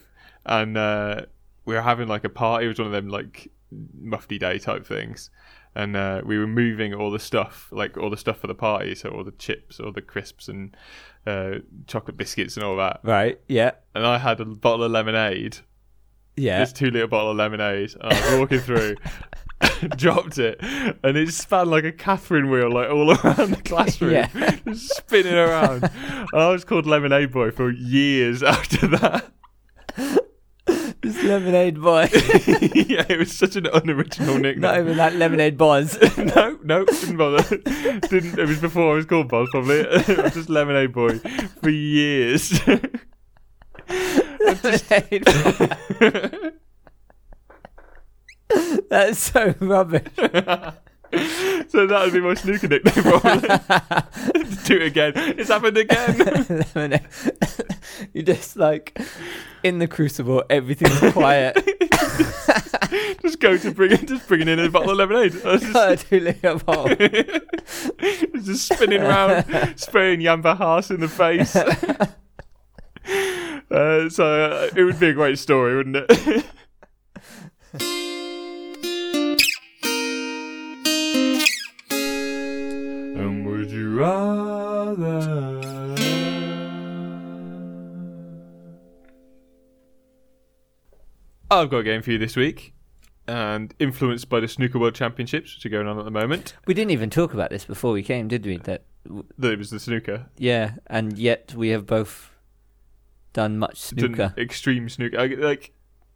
Speaker 1: and uh, we were having like a party. It was one of them like mufti day type things, and uh, we were moving all the stuff, like all the stuff for the party, so all the chips, all the crisps, and uh, chocolate biscuits and all that.
Speaker 2: Right. Yeah.
Speaker 1: And I had a bottle of lemonade,
Speaker 2: Yeah.
Speaker 1: this two liter bottle of lemonade. And I was walking through. dropped it and it spun like a Catherine wheel like all around the classroom
Speaker 2: Yeah.
Speaker 1: just spinning around and I was called Lemonade Boy for years after that
Speaker 2: It's lemonade boy.
Speaker 1: yeah it was such an unoriginal
Speaker 2: Not
Speaker 1: nickname
Speaker 2: even that lemonade bonds.
Speaker 1: no no didn't bother didn't it was before I was called Buzz probably it was just Lemonade Boy for years
Speaker 2: lemonade boy. That's so rubbish.
Speaker 1: so that would be my snooker nickname probably do it again it's happened again
Speaker 2: lemonade. you just like in the crucible, everything's quiet.
Speaker 1: Just go to bring just bringing in a bottle of lemonade. I was just,
Speaker 2: Got a two-liter bowl.
Speaker 1: just spinning around, spraying Yamba Haas in the face. uh, so uh, it would be a great story, wouldn't it? and would you rather? I've got a game for you this week, and influenced by the Snooker World Championships, which are going on at the moment.
Speaker 2: We didn't even talk about this before we came, did we? That w-
Speaker 1: That it was the snooker.
Speaker 2: yeah, and yet we have both done much
Speaker 1: done
Speaker 2: snooker.
Speaker 1: extreme snooker. I, like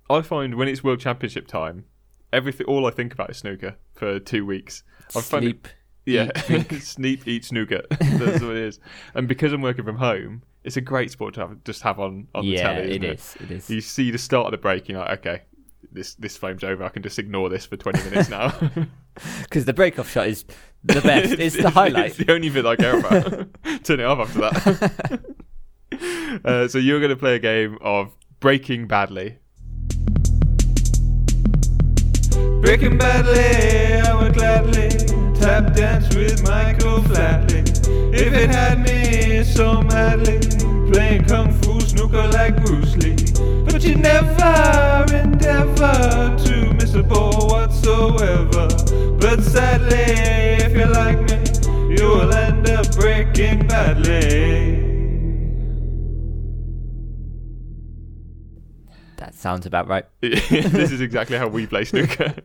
Speaker 1: I find when it's World Championship time, everything all I think about is snooker for two weeks. I find it-
Speaker 2: Sleep.
Speaker 1: yeah, sneep eat snooker. That's what it is. And because I'm working from home, it's a great sport to have just have on on
Speaker 2: yeah,
Speaker 1: the telly.
Speaker 2: it
Speaker 1: isn't
Speaker 2: is. It is.
Speaker 1: You see the start of the break, you're like, okay, this this flame's over. I can just ignore this for 20 minutes now.
Speaker 2: Because the break-off shot is the best. it's the highlight.
Speaker 1: It's the only bit I care about. Turn it off after that. uh, so you're going to play a game of breaking badly.
Speaker 3: Breaking badly, I would gladly tap dance with Michael Flatley. If it had me so madly, playing kung fu snooker like Bruce Lee. But you never endeavor to miss a ball whatsoever. But sadly, if you're like me, you will end up breaking badly.
Speaker 2: That sounds about right.
Speaker 1: this is exactly how we play snooker.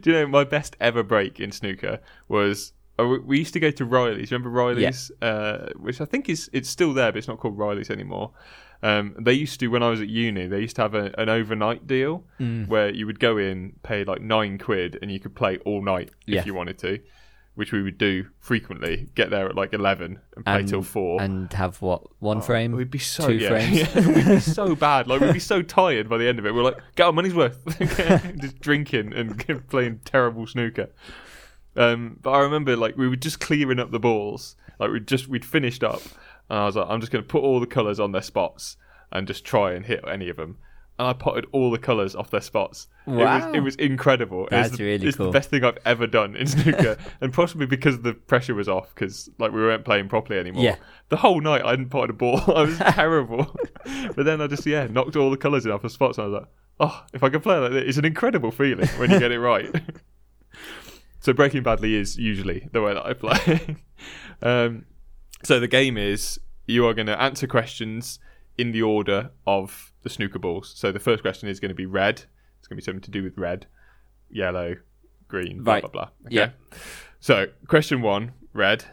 Speaker 1: Do you know my best ever break in snooker was oh, we- we used to go to Riley's. Remember Riley's, uh, which I think is it's still there, but it's not called Riley's anymore. Um, they used to when I was at uni. They used to have a, an overnight deal
Speaker 2: Mm.
Speaker 1: where you would go in, pay like nine quid, and you could play all night
Speaker 2: Yeah.
Speaker 1: if you wanted to, which we would do frequently. Get there at like eleven and play
Speaker 2: And-
Speaker 1: till four.
Speaker 2: And have what one frame?
Speaker 1: We'd be so
Speaker 2: two
Speaker 1: yeah,
Speaker 2: frames.
Speaker 1: yeah, we'd be so bad. Like we'd be so tired by the end of it. We're like, get our money's worth, just drinking and playing terrible snooker. Um, but I remember like we were just clearing up the balls. Like we just we'd finished up, and I was like, I'm just going to put all the colours on their spots and just try and hit any of them. And I potted all the colours off their spots. It
Speaker 2: Wow.
Speaker 1: was, it was incredible. It was
Speaker 2: That's
Speaker 1: the-
Speaker 2: really
Speaker 1: it's
Speaker 2: cool.
Speaker 1: the best thing I've ever done in snooker, and possibly because the pressure was off, because like we weren't playing properly anymore.
Speaker 2: Yeah.
Speaker 1: The whole night I hadn't potted a ball. I was terrible. but then I just yeah knocked all the colours in off the spots. And I was like, oh, if I can play like this, it's an incredible feeling when you get it right. so breaking badly is usually the way that I play. um, so the game is you are going to answer questions in the order of the snooker balls. So the first question is going to be red. It's going to be something to do with red, yellow, green, blah
Speaker 2: Right.
Speaker 1: blah blah. Okay?
Speaker 2: Yeah.
Speaker 1: So question one, red.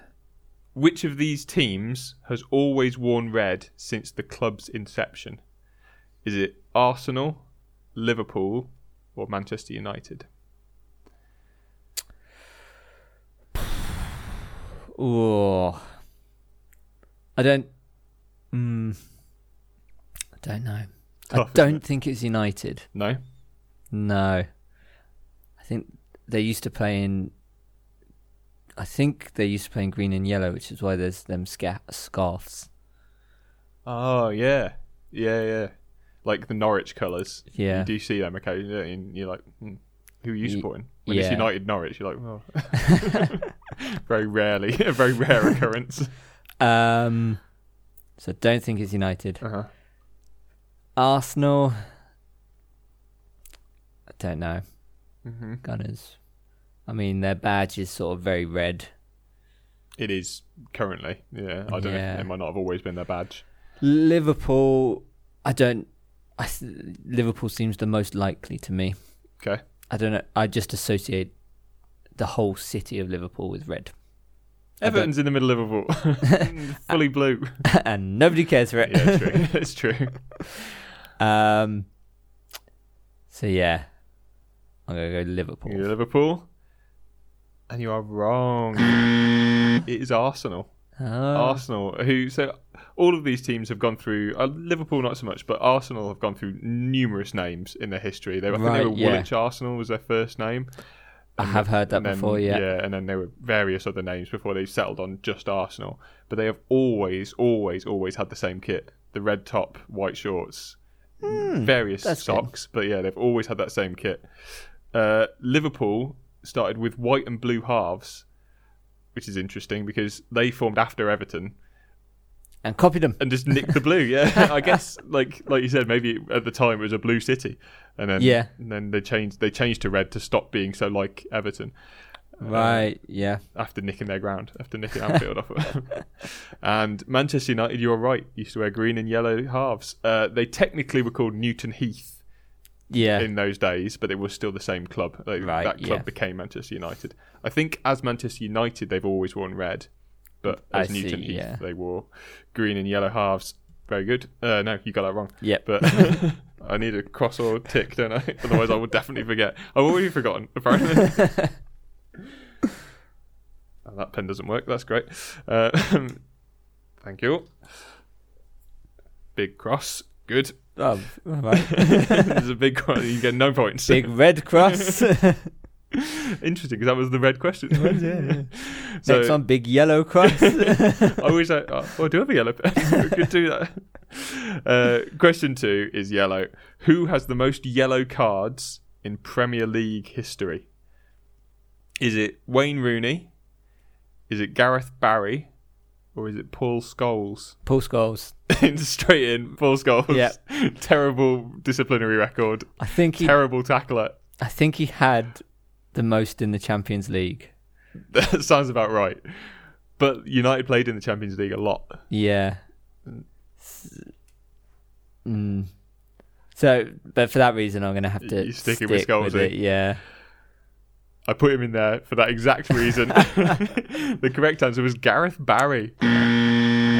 Speaker 1: Which of these teams has always worn red since the club's inception? Is it Arsenal, Liverpool, or Manchester United?
Speaker 2: Oh, I don't. Mm, I don't know.
Speaker 1: Tough,
Speaker 2: I
Speaker 1: isn't
Speaker 2: don't think it's United.
Speaker 1: No.
Speaker 2: No, I think they used to play in. I think they used to play in green and yellow, which is why there's them sca- scarfs.
Speaker 1: Oh yeah, yeah, yeah. Like the Norwich colours.
Speaker 2: Yeah.
Speaker 1: You do see them occasionally, don't you? and you're like, hmm, who are you
Speaker 2: Ye-
Speaker 1: supporting? When it's
Speaker 2: yeah.
Speaker 1: United Norwich, you're like, oh. very rarely, a very rare occurrence.
Speaker 2: Um, so I don't think it's United.
Speaker 1: Uh-huh.
Speaker 2: Arsenal. I don't know. Mm-hmm. Gunners. I mean, their badge is sort of very red.
Speaker 1: It is currently. Yeah, I don't know.
Speaker 2: Yeah.
Speaker 1: If it might not have always been their badge.
Speaker 2: Liverpool. I don't. I, th- Liverpool seems the most likely to me.
Speaker 1: Okay.
Speaker 2: I don't know. I just associate the whole city of Liverpool with red, I don't-
Speaker 1: Everton's in the middle of Liverpool, fully blue.
Speaker 2: and nobody cares for it.
Speaker 1: Yeah, true. it's true.
Speaker 2: Um. So yeah, I'm gonna go Liverpool.
Speaker 1: You're Liverpool, and you are wrong. it is Arsenal.
Speaker 2: Oh,
Speaker 1: Arsenal, who so all of these teams have gone through uh, Liverpool not so much, but Arsenal have gone through numerous names in their history. They, were- I think they
Speaker 2: Right,
Speaker 1: were
Speaker 2: yeah.
Speaker 1: Woolwich Arsenal was their first name.
Speaker 2: I have heard that
Speaker 1: and then-
Speaker 2: before. Yeah.
Speaker 1: and then there were various other names before they settled on just Arsenal. But they have always, always, always had the same kit: the red top, white shorts, various
Speaker 2: Hmm, that's good.
Speaker 1: socks. But yeah, they've always had that same kit. Uh, Liverpool started with white and blue halves, which is interesting because they formed after Everton
Speaker 2: And copy them.
Speaker 1: and just nick the blue. Yeah, I guess like like you said, maybe at the time it was a blue city, and then
Speaker 2: Yeah.
Speaker 1: and then they changed they changed to red to stop being so like Everton
Speaker 2: Right. Yeah.
Speaker 1: after nicking their ground after nicking Anfield off. them. and Manchester United, you are right, used to wear green and yellow halves. Uh, they technically were called Newton Heath
Speaker 2: Yeah.
Speaker 1: in those days, but it was still the same club. They-
Speaker 2: Right,
Speaker 1: that club
Speaker 2: yeah.
Speaker 1: became Manchester United. I think as Manchester United, they've always worn red, but as
Speaker 2: I see,
Speaker 1: Newton Heath,
Speaker 2: yeah.
Speaker 1: they wore green and yellow halves. Very good. Uh, no, you got that wrong.
Speaker 2: Yep.
Speaker 1: But I need a cross or tick, don't I? Otherwise, I will definitely forget. I've already forgotten, apparently. Oh, that pen doesn't work. That's great. Uh, thank you. Big cross. Good.
Speaker 2: Oh, right.
Speaker 1: There's a big cross. You get no points.
Speaker 2: Big red cross.
Speaker 1: Interesting, because that was the red question. So-
Speaker 2: Next one, big yellow cross.
Speaker 1: I wish I. Oh, I do have a yellow pen. we could do that. Uh, question two is yellow. Who has the most yellow cards in Premier League history? Is it Wayne Rooney, Is it Gareth Barry or is it Paul Scholes?
Speaker 2: Paul Scholes.
Speaker 1: Straight in, Paul Scholes. Terrible disciplinary record.
Speaker 2: I think he.
Speaker 1: Terrible tackler.
Speaker 2: I think he had the most in the Champions League.
Speaker 1: That sounds about right. But United played in the Champions League a lot.
Speaker 2: Yeah. S- Mm. So, but for that reason, I'm going to have to
Speaker 1: You
Speaker 2: stick,
Speaker 1: stick it with eh?
Speaker 2: with,
Speaker 1: Scholesy.
Speaker 2: it. Yeah.
Speaker 1: I put him in there for that exact reason. the correct answer was Gareth Barry.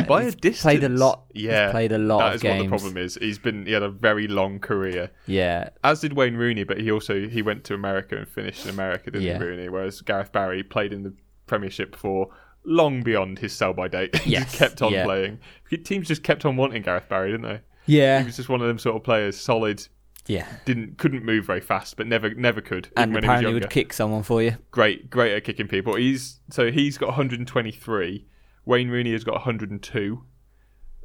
Speaker 1: By a distance.
Speaker 2: played a lot- he's
Speaker 1: Yeah.
Speaker 2: played a lot
Speaker 1: That
Speaker 2: of
Speaker 1: is what the
Speaker 2: games.
Speaker 1: problem is. He's been he had a very long career.
Speaker 2: Yeah.
Speaker 1: As did Wayne Rooney, but he also he went to America and finished in America, didn't
Speaker 2: Yeah.
Speaker 1: he, Rooney? Whereas Gareth Barry played in the Premiership for long beyond his sell by date. he just
Speaker 2: Yes,
Speaker 1: kept on
Speaker 2: yeah.
Speaker 1: playing. Teams just kept on wanting Gareth Barry, didn't they? He
Speaker 2: Yeah.
Speaker 1: was just one of them sort of players, solid,
Speaker 2: Yeah.
Speaker 1: didn't couldn't move very fast, but never never could. even
Speaker 2: And
Speaker 1: when he
Speaker 2: apparently
Speaker 1: was
Speaker 2: would
Speaker 1: younger.
Speaker 2: kick someone for you.
Speaker 1: great great at kicking people. He's so he's got 123. Wayne Rooney has got 102,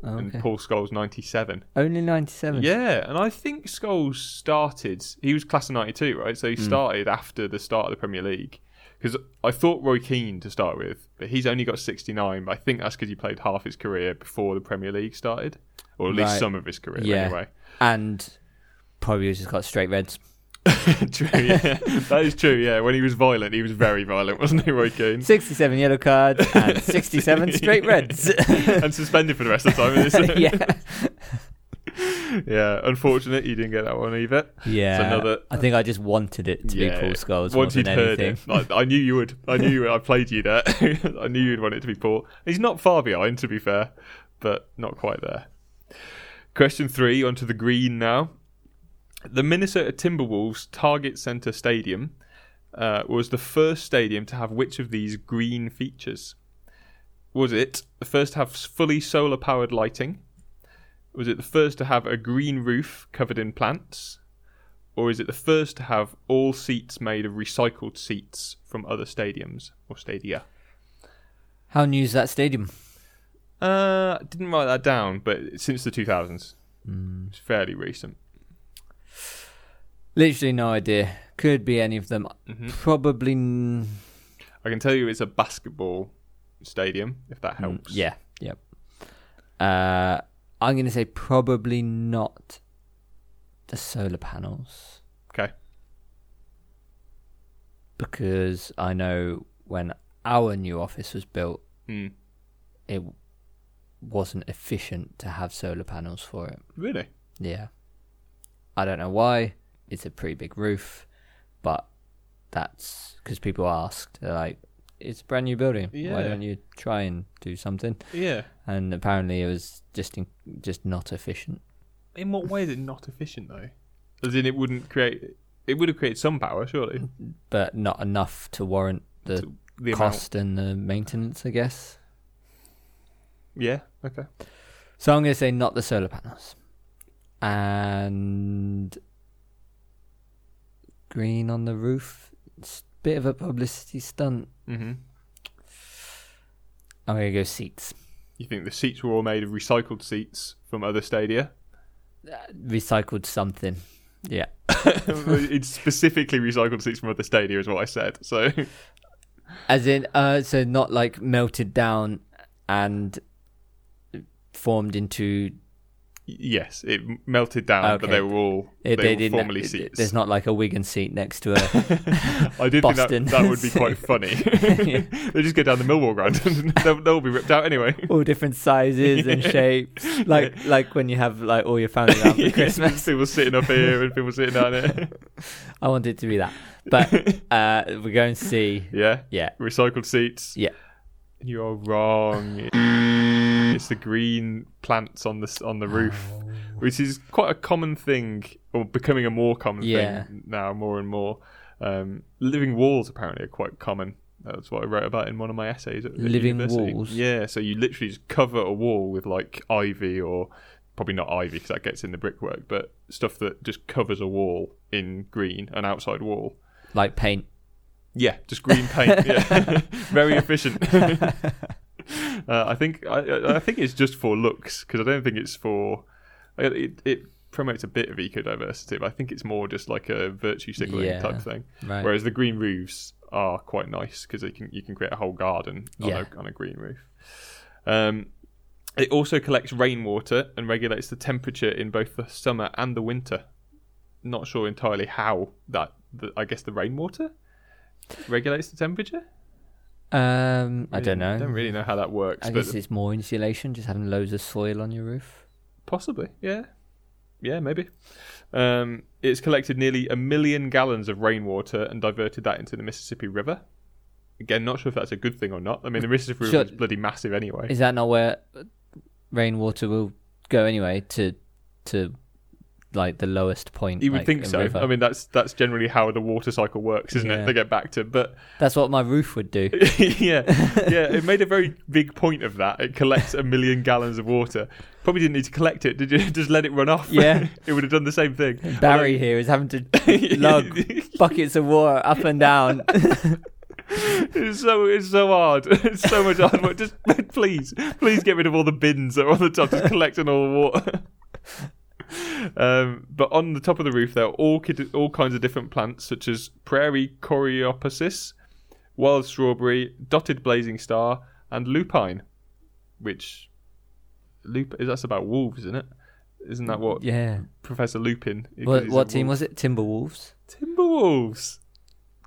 Speaker 2: Oh,
Speaker 1: and
Speaker 2: okay.
Speaker 1: Paul Scholes 97.
Speaker 2: Only 97.
Speaker 1: Yeah, and I think Scholes started. He was class of 92, right? So he
Speaker 2: Hmm.
Speaker 1: started after the start of the Premier League. Because I thought Roy Keane to start with, but he's only got 69. But I think that's because he played half his career before the Premier League started, or at least
Speaker 2: Right.
Speaker 1: some of his career
Speaker 2: Yeah.
Speaker 1: anyway.
Speaker 2: And probably was just got straight reds.
Speaker 1: true, yeah. that is true. Yeah, when he was violent, he was very violent, wasn't he, Roy Keane?
Speaker 2: 67 yellow cards and 67 straight reds.
Speaker 1: and suspended for the rest of the time. isn't it?
Speaker 2: yeah.
Speaker 1: yeah. Unfortunate, you didn't get that one either.
Speaker 2: Yeah.
Speaker 1: another-
Speaker 2: I think I just wanted it to
Speaker 1: yeah.
Speaker 2: be Paul Scholes more
Speaker 1: Once
Speaker 2: than
Speaker 1: you'd heard
Speaker 2: anything.
Speaker 1: it, I, I knew you would. I knew you. would. I played you there. I knew you'd want it to be Paul. He's not far behind, to be fair, but not quite there. Question three, onto the green now. The Minnesota Timberwolves Target Center Stadium uh, was the first stadium to have which of these green features? Was it the first to have fully solar powered lighting? Was it the first to have a green roof covered in plants? Or is it the first to have all seats made of recycled seats from other stadiums or stadia?
Speaker 2: How new is that stadium?
Speaker 1: Uh, didn't write that down, but since the 2000s.
Speaker 2: Mm.
Speaker 1: It's fairly recent.
Speaker 2: Literally no idea. Could be any of them.
Speaker 1: Mm-hmm.
Speaker 2: Probably. n-
Speaker 1: I can tell you it's a basketball stadium, if that helps.
Speaker 2: Mm, Yeah. Yep. Uh, I'm going to say probably not the solar panels
Speaker 1: Okay.
Speaker 2: because I know when our new office was built,
Speaker 1: Hmm.
Speaker 2: it w- wasn't efficient to have solar panels for it.
Speaker 1: Really?
Speaker 2: Yeah. I don't know why. It's a pretty big roof, but that's because people asked. They're like, it's a brand new building. Why
Speaker 1: Yeah.
Speaker 2: don't you try and do something?
Speaker 1: Yeah.
Speaker 2: And apparently, it was just in, just not efficient.
Speaker 1: In what way is it not efficient, though? As in, it wouldn't create. It would have created some power,
Speaker 2: Mm.
Speaker 1: surely.
Speaker 2: but not enough to warrant the
Speaker 1: The
Speaker 2: cost and the maintenance, I guess.
Speaker 1: Amount. Yeah. Okay.
Speaker 2: So I'm going to say not the solar panels. And green on the roof. It's a bit of a publicity stunt.
Speaker 1: Mm-hmm.
Speaker 2: I'm going to go seats.
Speaker 1: You think the seats were all made of recycled seats from other stadia?
Speaker 2: Recycled something. Yeah.
Speaker 1: it's specifically recycled seats from other stadia, is what I said. So
Speaker 2: As in, uh, so not like melted down and formed into.
Speaker 1: yes, it m- melted down, but
Speaker 2: Okay.
Speaker 1: they were all
Speaker 2: It,
Speaker 1: they,
Speaker 2: they
Speaker 1: were
Speaker 2: didn't-
Speaker 1: formerly
Speaker 2: it-
Speaker 1: seats.
Speaker 2: There's not like a Wigan seat next to a.
Speaker 1: I did think that,
Speaker 2: Boston.
Speaker 1: that would be quite funny.
Speaker 2: Yeah.
Speaker 1: they just go down the Millwall ground and they'll, they'll be ripped out anyway.
Speaker 2: all different sizes and shapes, like like when you have like all your family around for Christmas.
Speaker 1: people sitting up here and people sitting down there.
Speaker 2: I want it to be that, but uh, we're going to see.
Speaker 1: Yeah,
Speaker 2: Yeah,
Speaker 1: recycled seats.
Speaker 2: yeah,
Speaker 1: You're wrong. It's the green plants on the s- on the roof, which is quite a common thing, or becoming a more common
Speaker 2: Yeah.
Speaker 1: thing now, more and more. Um, living walls apparently are quite common. That's what I wrote about in one of my essays. At, at
Speaker 2: Living
Speaker 1: university.
Speaker 2: walls?
Speaker 1: Yeah, so you literally just cover a wall with like ivy or probably not ivy because that gets in the brickwork, but stuff that just covers a wall in green, an outside wall.
Speaker 2: like paint.
Speaker 1: Yeah, just green paint. yeah, very efficient. uh, I think I- I, I think it's just for looks because I don't think it's for it, it promotes a bit of eco diversity, but I think it's more just like a virtue signaling
Speaker 2: Yeah,
Speaker 1: type thing.
Speaker 2: Right.
Speaker 1: Whereas the green roofs, are quite nice because can you can create a whole garden on,
Speaker 2: Yeah.
Speaker 1: a, on a green roof. Um, it also collects rainwater and regulates the temperature in both the summer and the winter. Not sure entirely how that. The, I guess the rainwater regulates the temperature.
Speaker 2: Um, I don't
Speaker 1: I don't
Speaker 2: know.
Speaker 1: really know how that works,
Speaker 2: I
Speaker 1: but
Speaker 2: guess it's more insulation, just having loads of soil on your roof.
Speaker 1: Possibly, yeah. Yeah, maybe. Um, it's collected nearly a million gallons of rainwater and diverted that into the Mississippi River. Again, not sure if that's a good thing or not. I mean, the Mississippi
Speaker 2: Sure.
Speaker 1: River is bloody massive anyway.
Speaker 2: Is that not where rainwater will go anyway? To to like the lowest point.
Speaker 1: you would
Speaker 2: like,
Speaker 1: think
Speaker 2: a
Speaker 1: so.
Speaker 2: river?
Speaker 1: I mean, that's that's generally how the water cycle works, isn't
Speaker 2: Yeah.
Speaker 1: it? They get back to, but
Speaker 2: that's what my roof would do.
Speaker 1: yeah, yeah. It made a very big point of that. It collects a million gallons of water. Probably didn't need to collect it. Did you just let it run off?
Speaker 2: Yeah.
Speaker 1: it would have done the same thing.
Speaker 2: Barry here is having to lug buckets of water up and down.
Speaker 1: It's so it's so hard. It's so much hard work. Just please, please get rid of all the bins that are on the top, just collecting all the water. Um, but on the top of the roof, there are all kid- all kinds of different plants, such as prairie coreopsis, wild strawberry, dotted blazing star, and lupine. Which lup is that's about wolves, isn't it? Isn't that what
Speaker 2: yeah.
Speaker 1: Professor Lupin?
Speaker 2: What, what team was it? Timberwolves
Speaker 1: Timberwolves?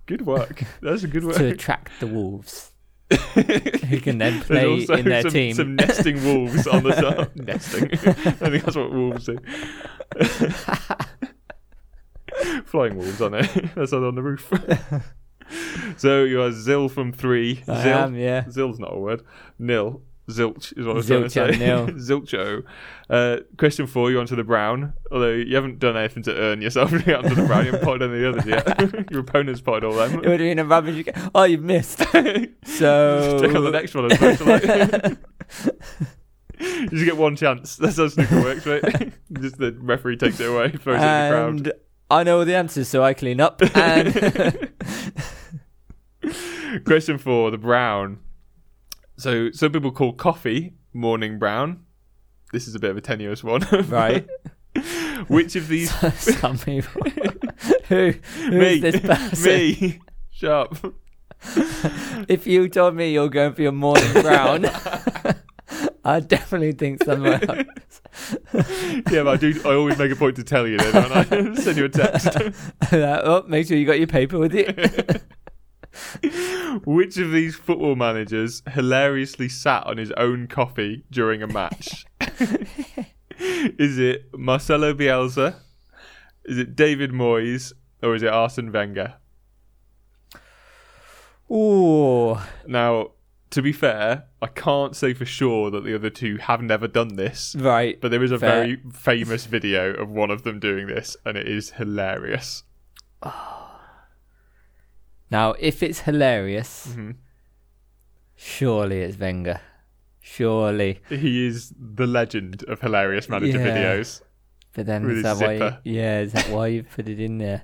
Speaker 1: Good work. That's a good work.
Speaker 2: to attract the wolves, who can then
Speaker 1: There's
Speaker 2: play
Speaker 1: also
Speaker 2: in their
Speaker 1: some,
Speaker 2: team.
Speaker 1: Some nesting wolves on the top. nesting. I think that's what wolves do. Flying wolves on it. That's on on the roof. so you are Zil from three.
Speaker 2: I
Speaker 1: Zil.
Speaker 2: am, yeah.
Speaker 1: Zil's not a word. Nil. Zilch is what I was trying to
Speaker 2: Zilch and
Speaker 1: say.
Speaker 2: nil.
Speaker 1: Zilcho. Uh, question four, you're onto the brown. Although you haven't done anything to earn yourself to get onto the brown. You haven't potted any of the others yet. Your opponent's potted all them.
Speaker 2: It would have been a rubbish. ga- Oh, you missed. So
Speaker 1: Check on the next one. I suppose, like. you just get one chance. That's how snooker works, right? just the referee takes it away, throws it in the
Speaker 2: and I know all the answers, so I clean up. And
Speaker 1: crowd. Question four: the brown. So some people call coffee morning brown. This is a bit of a tenuous one,
Speaker 2: right,
Speaker 1: Which of these?
Speaker 2: some people. who who
Speaker 1: me,
Speaker 2: is this person?
Speaker 1: me, sharp.
Speaker 2: If you told me you're going for your morning brown, I definitely think somewhere. else.
Speaker 1: Yeah, but I do. I always make a point to tell you, though, don't I? Send you a text.
Speaker 2: Like, oh, make sure you got your paper with you.
Speaker 1: Which of these football managers hilariously sat on his own coffee during a match? is it Marcelo Bielsa? Is it David Moyes? Or is it Arsene Wenger?
Speaker 2: Ooh,
Speaker 1: Now, to be fair, I can't say for sure that the other two have never done this,
Speaker 2: right.
Speaker 1: but there is a
Speaker 2: Fair.
Speaker 1: very famous video of one of them doing this, and it is hilarious.
Speaker 2: Now, if it's hilarious,
Speaker 1: Mm-hmm.
Speaker 2: surely it's Wenger. Surely,
Speaker 1: He is the legend of hilarious manager
Speaker 2: Yeah.
Speaker 1: videos.
Speaker 2: but then
Speaker 1: With
Speaker 2: is that
Speaker 1: his
Speaker 2: why? You,
Speaker 1: zipper.
Speaker 2: yeah, is that why you put it in there?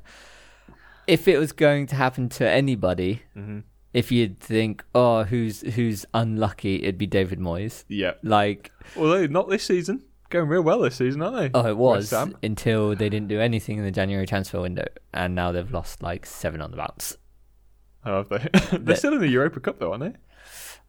Speaker 2: If it was going to happen to anybody,
Speaker 1: Mm-hmm.
Speaker 2: if you'd think, oh, who's who's unlucky, it'd be David Moyes.
Speaker 1: Yep.
Speaker 2: Like,
Speaker 1: Although not this season, going real well this season, aren't they?
Speaker 2: oh, it
Speaker 1: West
Speaker 2: was
Speaker 1: Ham.
Speaker 2: until they didn't do anything in the January transfer window, and now they've lost like seven on the bounce.
Speaker 1: Oh, have they? They're still in the Europa Cup though, aren't they?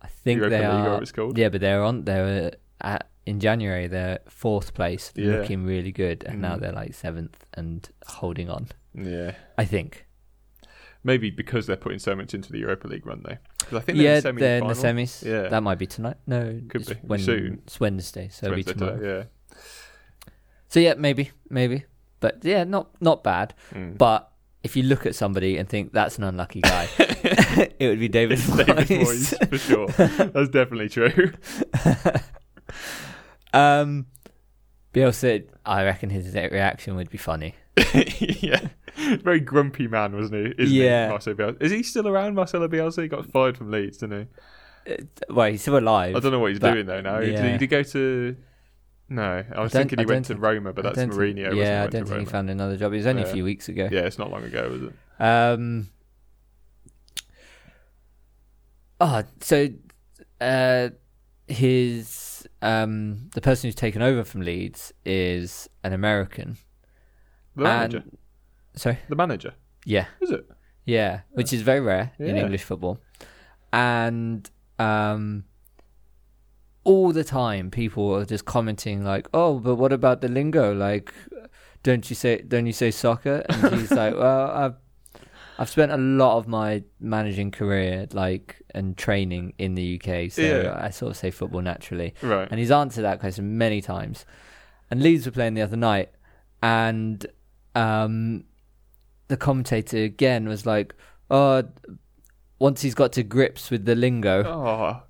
Speaker 2: I think
Speaker 1: Europa
Speaker 2: they
Speaker 1: League, or
Speaker 2: are.
Speaker 1: it's called.
Speaker 2: Yeah, but they're on. They're uh, at, in January. They're fourth place,
Speaker 1: Yeah. Mm-hmm.
Speaker 2: looking really good, and now they're like seventh and holding on.
Speaker 1: Yeah.
Speaker 2: I think.
Speaker 1: Maybe because they're putting so much into the Europa League run though. 'Cause I think
Speaker 2: yeah,
Speaker 1: they're in the
Speaker 2: they're in the
Speaker 1: semi-final.
Speaker 2: semis.
Speaker 1: Yeah.
Speaker 2: that might be tonight. No,
Speaker 1: Could
Speaker 2: it's
Speaker 1: be.
Speaker 2: When,
Speaker 1: Soon.
Speaker 2: It's Wednesday, so it'll
Speaker 1: Wednesday
Speaker 2: be tomorrow.
Speaker 1: today, Yeah.
Speaker 2: So yeah, maybe, maybe, but yeah, not not bad. But if you look at somebody and think that's an unlucky guy, it would be David
Speaker 1: David
Speaker 2: Moyes.
Speaker 1: Moyes for sure. That's definitely true.
Speaker 2: um, Bielsa, I reckon his reaction would be funny.
Speaker 1: yeah. Very grumpy man, wasn't he? Isn't
Speaker 2: Yeah.
Speaker 1: He? Marcelo Bielsa. Is he still around, Marcelo Bielsa? He got fired from Leeds, didn't
Speaker 2: Well, he's still alive.
Speaker 1: he? I don't know what he's
Speaker 2: But-
Speaker 1: doing though. Now
Speaker 2: yeah.
Speaker 1: did, he, go to? No, I was
Speaker 2: don't-
Speaker 1: thinking he
Speaker 2: I
Speaker 1: went to
Speaker 2: don't
Speaker 1: Roma, but
Speaker 2: I
Speaker 1: that's
Speaker 2: don't think-
Speaker 1: Mourinho. wasn't
Speaker 2: yeah, I
Speaker 1: went to
Speaker 2: don't think he
Speaker 1: Roma.
Speaker 2: found another job. It was only a
Speaker 1: Yeah.
Speaker 2: few weeks ago.
Speaker 1: Yeah, it's not long ago, was it?
Speaker 2: Um. Oh, so uh, his um the person who's taken over from Leeds is an American.
Speaker 1: The manager.
Speaker 2: And, sorry.
Speaker 1: The manager.
Speaker 2: Yeah.
Speaker 1: Is it?
Speaker 2: Yeah, which is very rare in
Speaker 1: Yeah.
Speaker 2: English football. And um, all the time, people are just commenting like, "Oh, but what about the lingo? Like, don't you say don't you say soccer?" And he's like, "Well, I've I've spent a lot of my managing career like and training in the UK, so
Speaker 1: Yeah.
Speaker 2: I sort of say football naturally."
Speaker 1: Right.
Speaker 2: And he's answered that question many times. And Leeds were playing the other night, and um, the commentator again was like, "Oh, once he's got to grips with the lingo,
Speaker 1: Oh,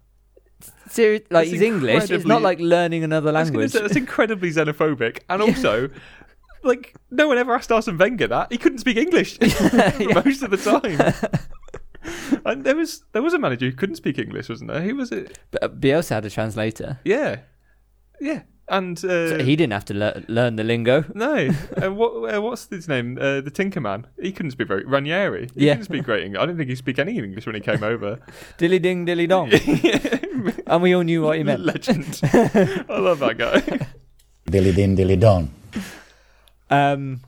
Speaker 2: Seri- like
Speaker 1: That's
Speaker 2: he's English. It's
Speaker 1: incredibly-
Speaker 2: not like learning another
Speaker 1: I was gonna
Speaker 2: language."
Speaker 1: say, that's incredibly xenophobic, and also, like, no one ever asked Arsene Wenger that he couldn't speak English most of the time. and there was there was a manager who couldn't speak English, wasn't there? Who was it?
Speaker 2: But, uh, Bielsa had a translator.
Speaker 1: Yeah, yeah, and uh,
Speaker 2: So he didn't have to lear- learn the lingo.
Speaker 1: No, uh, what uh, what's his name? Uh, the Tinker Man. He couldn't speak very Ranieri. He
Speaker 2: Yeah.
Speaker 1: couldn't speak great English. I don't think he speak any English when he came over.
Speaker 2: Dilly ding, dilly dong, and we all knew what he Oh, meant.
Speaker 1: Legend. I love that guy.
Speaker 4: Dilly din, dilly don.
Speaker 2: Um,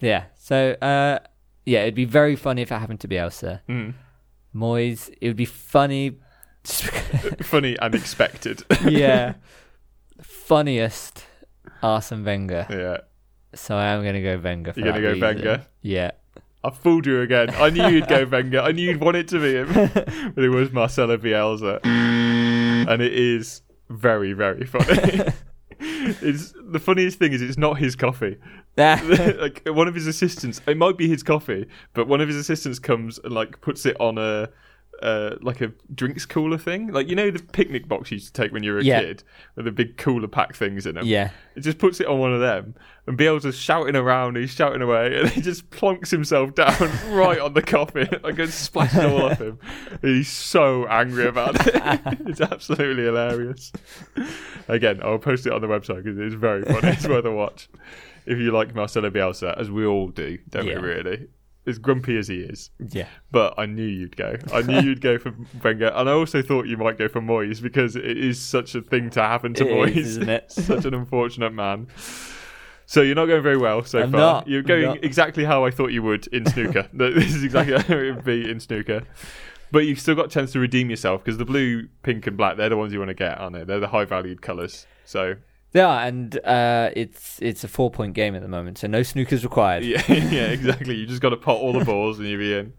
Speaker 2: yeah. So, uh, yeah, it'd be very funny if it happened to Bielsa.
Speaker 1: Mm.
Speaker 2: Moyes, it would be funny.
Speaker 1: Funny and expected.
Speaker 2: yeah. Funniest Arsene Wenger.
Speaker 1: yeah,
Speaker 2: So I am going to go Wenger. For
Speaker 1: You're
Speaker 2: going
Speaker 1: gonna
Speaker 2: to
Speaker 1: go Wenger?
Speaker 2: Yeah.
Speaker 1: I fooled you again. I knew you'd go Wenger. I knew you'd want it to be him, but it was Marcelo Bielsa, and it is very very funny. it's the funniest thing is it's not his coffee. like one of his assistants it might be his coffee but one of his assistants comes and like puts it on a uh, like a drinks cooler thing like you know the picnic box you used to take when you were a
Speaker 2: Yeah.
Speaker 1: kid with the big cooler pack things in them
Speaker 2: yeah.
Speaker 1: it just puts it on one of them and Bielsa's shouting around he's shouting away and he just plonks himself down right on the coffee like it's splashing all off him he's so angry about it it's absolutely hilarious again I'll post it on the website because it's very funny it's worth a watch if you like Marcelo Bielsa, as we all do, don't
Speaker 2: Yeah.
Speaker 1: we really? As grumpy as he is.
Speaker 2: Yeah.
Speaker 1: But I knew you'd go. I knew you'd go for Wenger. And I also thought you might go for Moyes because it is such a thing to happen to
Speaker 2: It
Speaker 1: Moyes.
Speaker 2: is, isn't it?
Speaker 1: such an unfortunate man. So you're not going very well so
Speaker 2: I'm
Speaker 1: far.
Speaker 2: not.
Speaker 1: You're
Speaker 2: I'm
Speaker 1: going
Speaker 2: not.
Speaker 1: exactly how I thought you would in snooker. That- this is exactly how it would be in snooker. But you've still got a chance to redeem yourself because the blue, pink, and black—they're the ones you want to get, aren't they? They're the high-valued colours. So
Speaker 2: Yeah, and uh, it's it's a four point game at the moment, so no snookers required.
Speaker 1: Yeah, yeah, exactly. You just got to pot all the balls and you'll be in.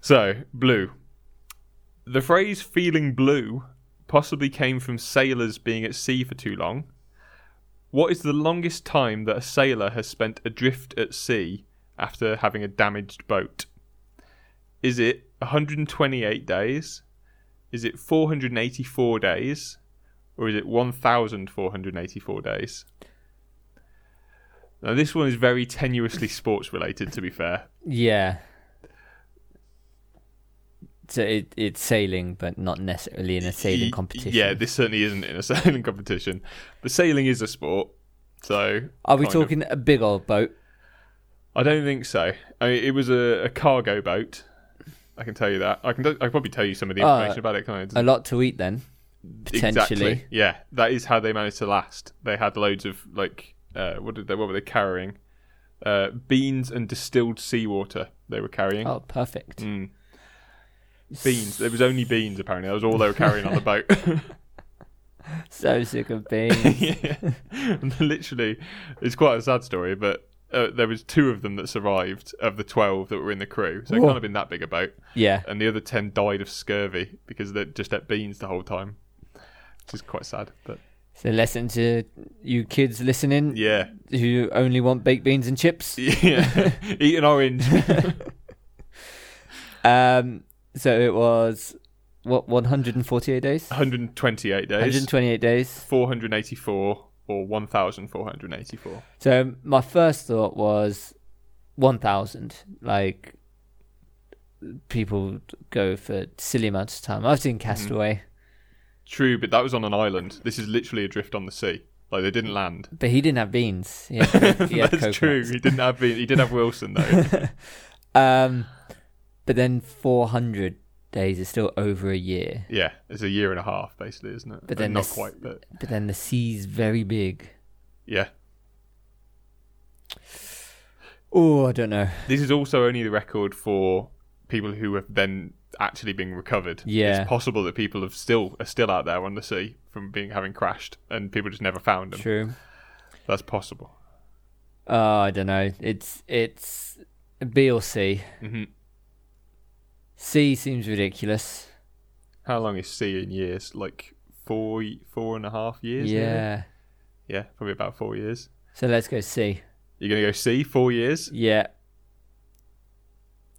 Speaker 1: So, blue. The phrase feeling blue possibly came from sailors being at sea for too long. What is the longest time that a sailor has spent adrift at sea after having a damaged boat? Is it 128 days? Is it 484 days? Or is it 1,484 days? Now, this one is very tenuously sports related, to be fair.
Speaker 2: Yeah. So it, it's sailing, but not necessarily in a
Speaker 1: Y-
Speaker 2: sailing competition.
Speaker 1: Yeah, this certainly isn't in a sailing competition. But sailing is a sport, so
Speaker 2: Are we
Speaker 1: kind of-
Speaker 2: talking a big old boat?
Speaker 1: I don't think so. I mean, it was a, a cargo boat. I can tell you that. I can. I can probably tell you some of the
Speaker 2: Oh,
Speaker 1: information about it. Can I?
Speaker 2: A lot to eat then,
Speaker 1: Exactly.
Speaker 2: potentially.
Speaker 1: Yeah, that is how they managed to last. They had loads of like, uh, what did they? What were they carrying? Uh, beans and distilled seawater. They were carrying.
Speaker 2: Oh, perfect.
Speaker 1: Mm. Beans. It was only beans. Apparently, that was all they were carrying on the boat.
Speaker 2: So sick of being.
Speaker 1: yeah. And Literally, it's quite a sad story, but uh, there was two of them that survived of the 12 that were in the crew. So it
Speaker 2: Whoa.
Speaker 1: can't have been that big a boat.
Speaker 2: yeah.
Speaker 1: And the other 10 died of scurvy because they just ate beans the whole time, which is quite sad. But
Speaker 2: So lesson to you kids listening
Speaker 1: yeah,
Speaker 2: who only want baked beans and chips.
Speaker 1: yeah. eat an orange.
Speaker 2: Um. So it was what 148 days,
Speaker 1: 128 days,
Speaker 2: 128 days.
Speaker 1: 484 or 1,484.
Speaker 2: So my first thought was 1,000. Like people go for silly amounts of time. I've seen Castaway,
Speaker 1: True, but that was on an island. This is literally adrift on the sea. Like they didn't land.
Speaker 2: but he didn't have beans. He had, he
Speaker 1: That's
Speaker 2: had coconuts.
Speaker 1: true. He didn't have. He did have Wilson though.
Speaker 2: Um. But then 400 days is still over a year.
Speaker 1: Yeah, it's a year and a half basically, isn't it?
Speaker 2: But
Speaker 1: But
Speaker 2: then
Speaker 1: then not
Speaker 2: this-
Speaker 1: quite, but
Speaker 2: But then the sea's very big.
Speaker 1: yeah.
Speaker 2: Oh, I don't know.
Speaker 1: This is also only the record for people who have then actually been recovered.
Speaker 2: Yeah.
Speaker 1: It's possible that people have still are still out there on the sea from being having crashed and people just never found them.
Speaker 2: True.
Speaker 1: That's possible.
Speaker 2: Oh, I don't know. It's it's B or C.
Speaker 1: Mhm.
Speaker 2: C seems ridiculous.
Speaker 1: How long is sea in years? Like four y- four and a half years? maybe?
Speaker 2: yeah.
Speaker 1: Yeah, probably about four years.
Speaker 2: So let's go C.
Speaker 1: You're gonna go C, four years?
Speaker 2: Yeah.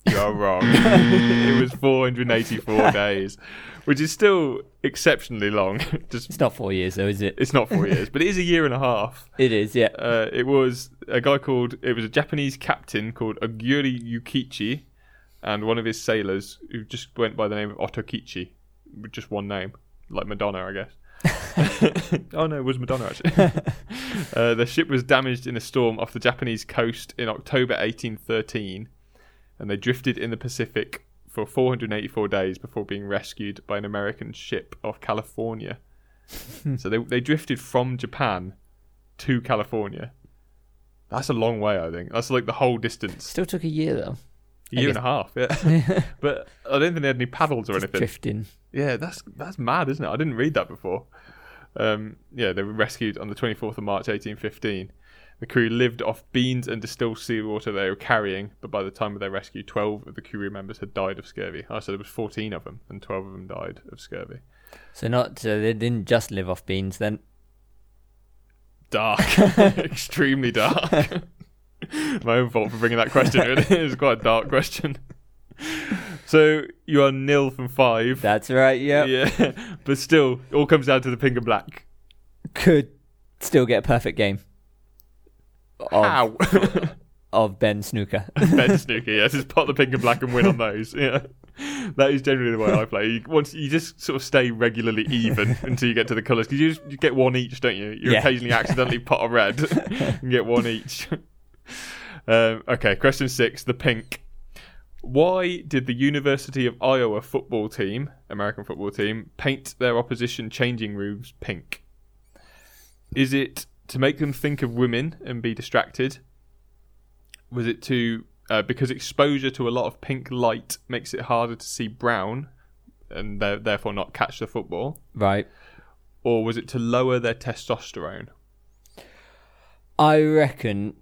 Speaker 1: You are wrong. it was four hundred and eighty four days. Which is still exceptionally long. just
Speaker 2: It's not four years though, is it?
Speaker 1: it's not four years, but it is a year and a half.
Speaker 2: It is. Yeah.
Speaker 1: uh, it was a guy called it was a Japanese captain called Aguri Yukichi, and one of his sailors who just went by the name of Otokichi, with just one name, like Madonna, I guess. oh no, it was Madonna actually. uh, the ship was damaged in a storm off the Japanese coast in October 1813, and they drifted in the Pacific for 484 days before being rescued by an American ship off California. so they they drifted from Japan to California. That's a long way, I think. That's like the whole distance,
Speaker 2: Still took a year though.
Speaker 1: a year and a half. Yeah, but I don't think they had any paddles or anything.
Speaker 2: Drifting.
Speaker 1: Yeah, that's that's mad, isn't it? I didn't read that before. Um, yeah, they were rescued on the 24th of March 1815. The crew lived off beans and distilled seawater they were carrying, but by the time of their rescue, 12 of the crew members had died of scurvy. Oh, so there was 14 of them, and 12 of them died of scurvy.
Speaker 2: So not. So they didn't just live off beans then.
Speaker 1: Dark, extremely dark. My own fault for bringing that question. Really, it was quite a dark question. So you are nil from five.
Speaker 2: That's right. Yeah.
Speaker 1: Yeah, but still, it all comes down to the pink and black.
Speaker 2: Could still get a perfect game. Of,
Speaker 1: Ow.
Speaker 2: of Ben Snooker.
Speaker 1: Ben Snooker, yes. Just pot the pink and black and win on those. Yeah. That is generally the way I play. You, once you just sort of stay regularly even until you get to the colours because you, just- you get one each, don't you? You
Speaker 2: Yeah.
Speaker 1: occasionally accidentally pot a red and get one each. Um, okay, question six: the pink. Why did the University of Iowa football team, American football team, paint their opposition changing rooms pink? Is it to make them think of women and be distracted? Was it to uh, because exposure to a lot of pink light makes it harder to see brown and th- therefore not catch the football?
Speaker 2: right.
Speaker 1: Or was it to lower their testosterone?
Speaker 2: I reckon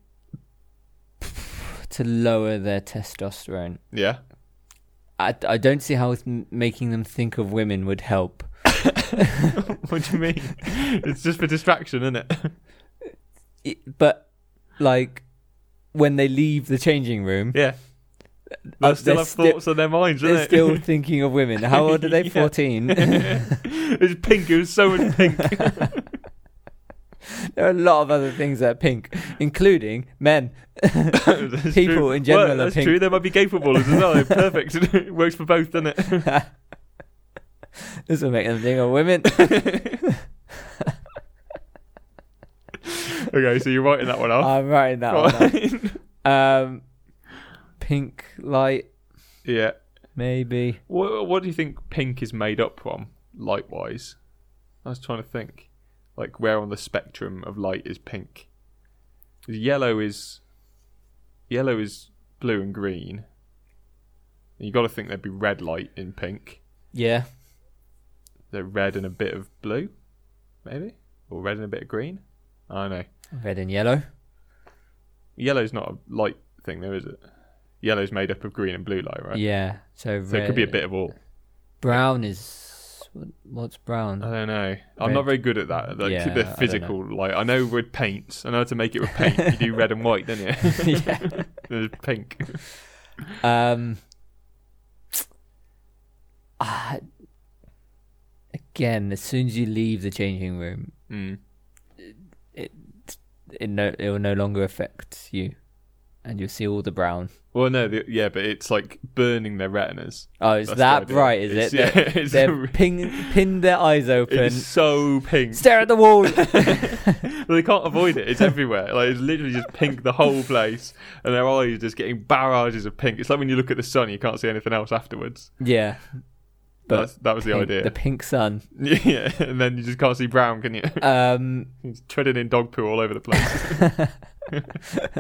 Speaker 2: to lower their testosterone.
Speaker 1: Yeah.
Speaker 2: I, I don't see how th- making them think of women would help.
Speaker 1: what do you mean? it's just for distraction, isn't it?
Speaker 2: It- but like when they leave the changing room,
Speaker 1: Yeah. They
Speaker 2: Uh,
Speaker 1: still
Speaker 2: they're
Speaker 1: have
Speaker 2: sti-
Speaker 1: thoughts on their minds,
Speaker 2: they're
Speaker 1: aren't
Speaker 2: still thinking of women. How old are they?
Speaker 1: Yeah.
Speaker 2: Fourteen.
Speaker 1: it's pink. It was so much pink.
Speaker 2: there are a lot of other things that are pink, including men.
Speaker 1: That's
Speaker 2: People
Speaker 1: true.
Speaker 2: in general
Speaker 1: Well,
Speaker 2: are
Speaker 1: that's
Speaker 2: pink.
Speaker 1: true. There might be gay footballers as well. Perfect. it works for both, doesn't it?
Speaker 2: This will make them think of women.
Speaker 1: Okay, so you're writing that one off.
Speaker 2: I'm writing that one. Up. Um, pink light,
Speaker 1: yeah.
Speaker 2: maybe.
Speaker 1: What, what do you think pink is made up from, light wise? I was trying to think. Like, where on the spectrum of light is pink? Yellow is. Yellow is blue and green. you got to think there'd be red light in pink.
Speaker 2: Yeah.
Speaker 1: They're red and a bit of blue, maybe? Or red and a bit of green? I don't know.
Speaker 2: Red and yellow.
Speaker 1: Yellow's not a light thing, though, is it? Yellow's made up of green and blue light, right?
Speaker 2: Yeah. So,
Speaker 1: So it could be a bit of all.
Speaker 2: Brown is what- what's brown?
Speaker 1: I don't know. I'm
Speaker 2: Red.
Speaker 1: not very good at that. Like
Speaker 2: Yeah, I
Speaker 1: the
Speaker 2: don't
Speaker 1: physical, like I know with paints. I know how to make it with paint. you do red and white, don't you?
Speaker 2: yeah.
Speaker 1: There's pink.
Speaker 2: Um. ah, again, as soon as you leave the changing room,
Speaker 1: Mm.
Speaker 2: it no it will no longer affect you, and you'll see all the brown.
Speaker 1: Well, no, the, yeah, but it's like burning their retinas.
Speaker 2: Oh, is
Speaker 1: That's
Speaker 2: that
Speaker 1: the idea.
Speaker 2: bright? Is
Speaker 1: It's-
Speaker 2: it?
Speaker 1: yeah,
Speaker 2: They're-
Speaker 1: it's-
Speaker 2: They're ping, pinned their eyes open.
Speaker 1: It's so pink.
Speaker 2: Stare at the wall.
Speaker 1: they can't avoid it. It's everywhere. Like it's literally just pink the whole place, and their eyes just getting barrages of pink. It's like when you look at the sun, you can't see anything else afterwards.
Speaker 2: yeah, But
Speaker 1: That's, that was the
Speaker 2: pink-
Speaker 1: idea.
Speaker 2: The pink sun.
Speaker 1: yeah, and then you just can't see brown, can you?
Speaker 2: Um.
Speaker 1: It's treading in dog poo all over the place.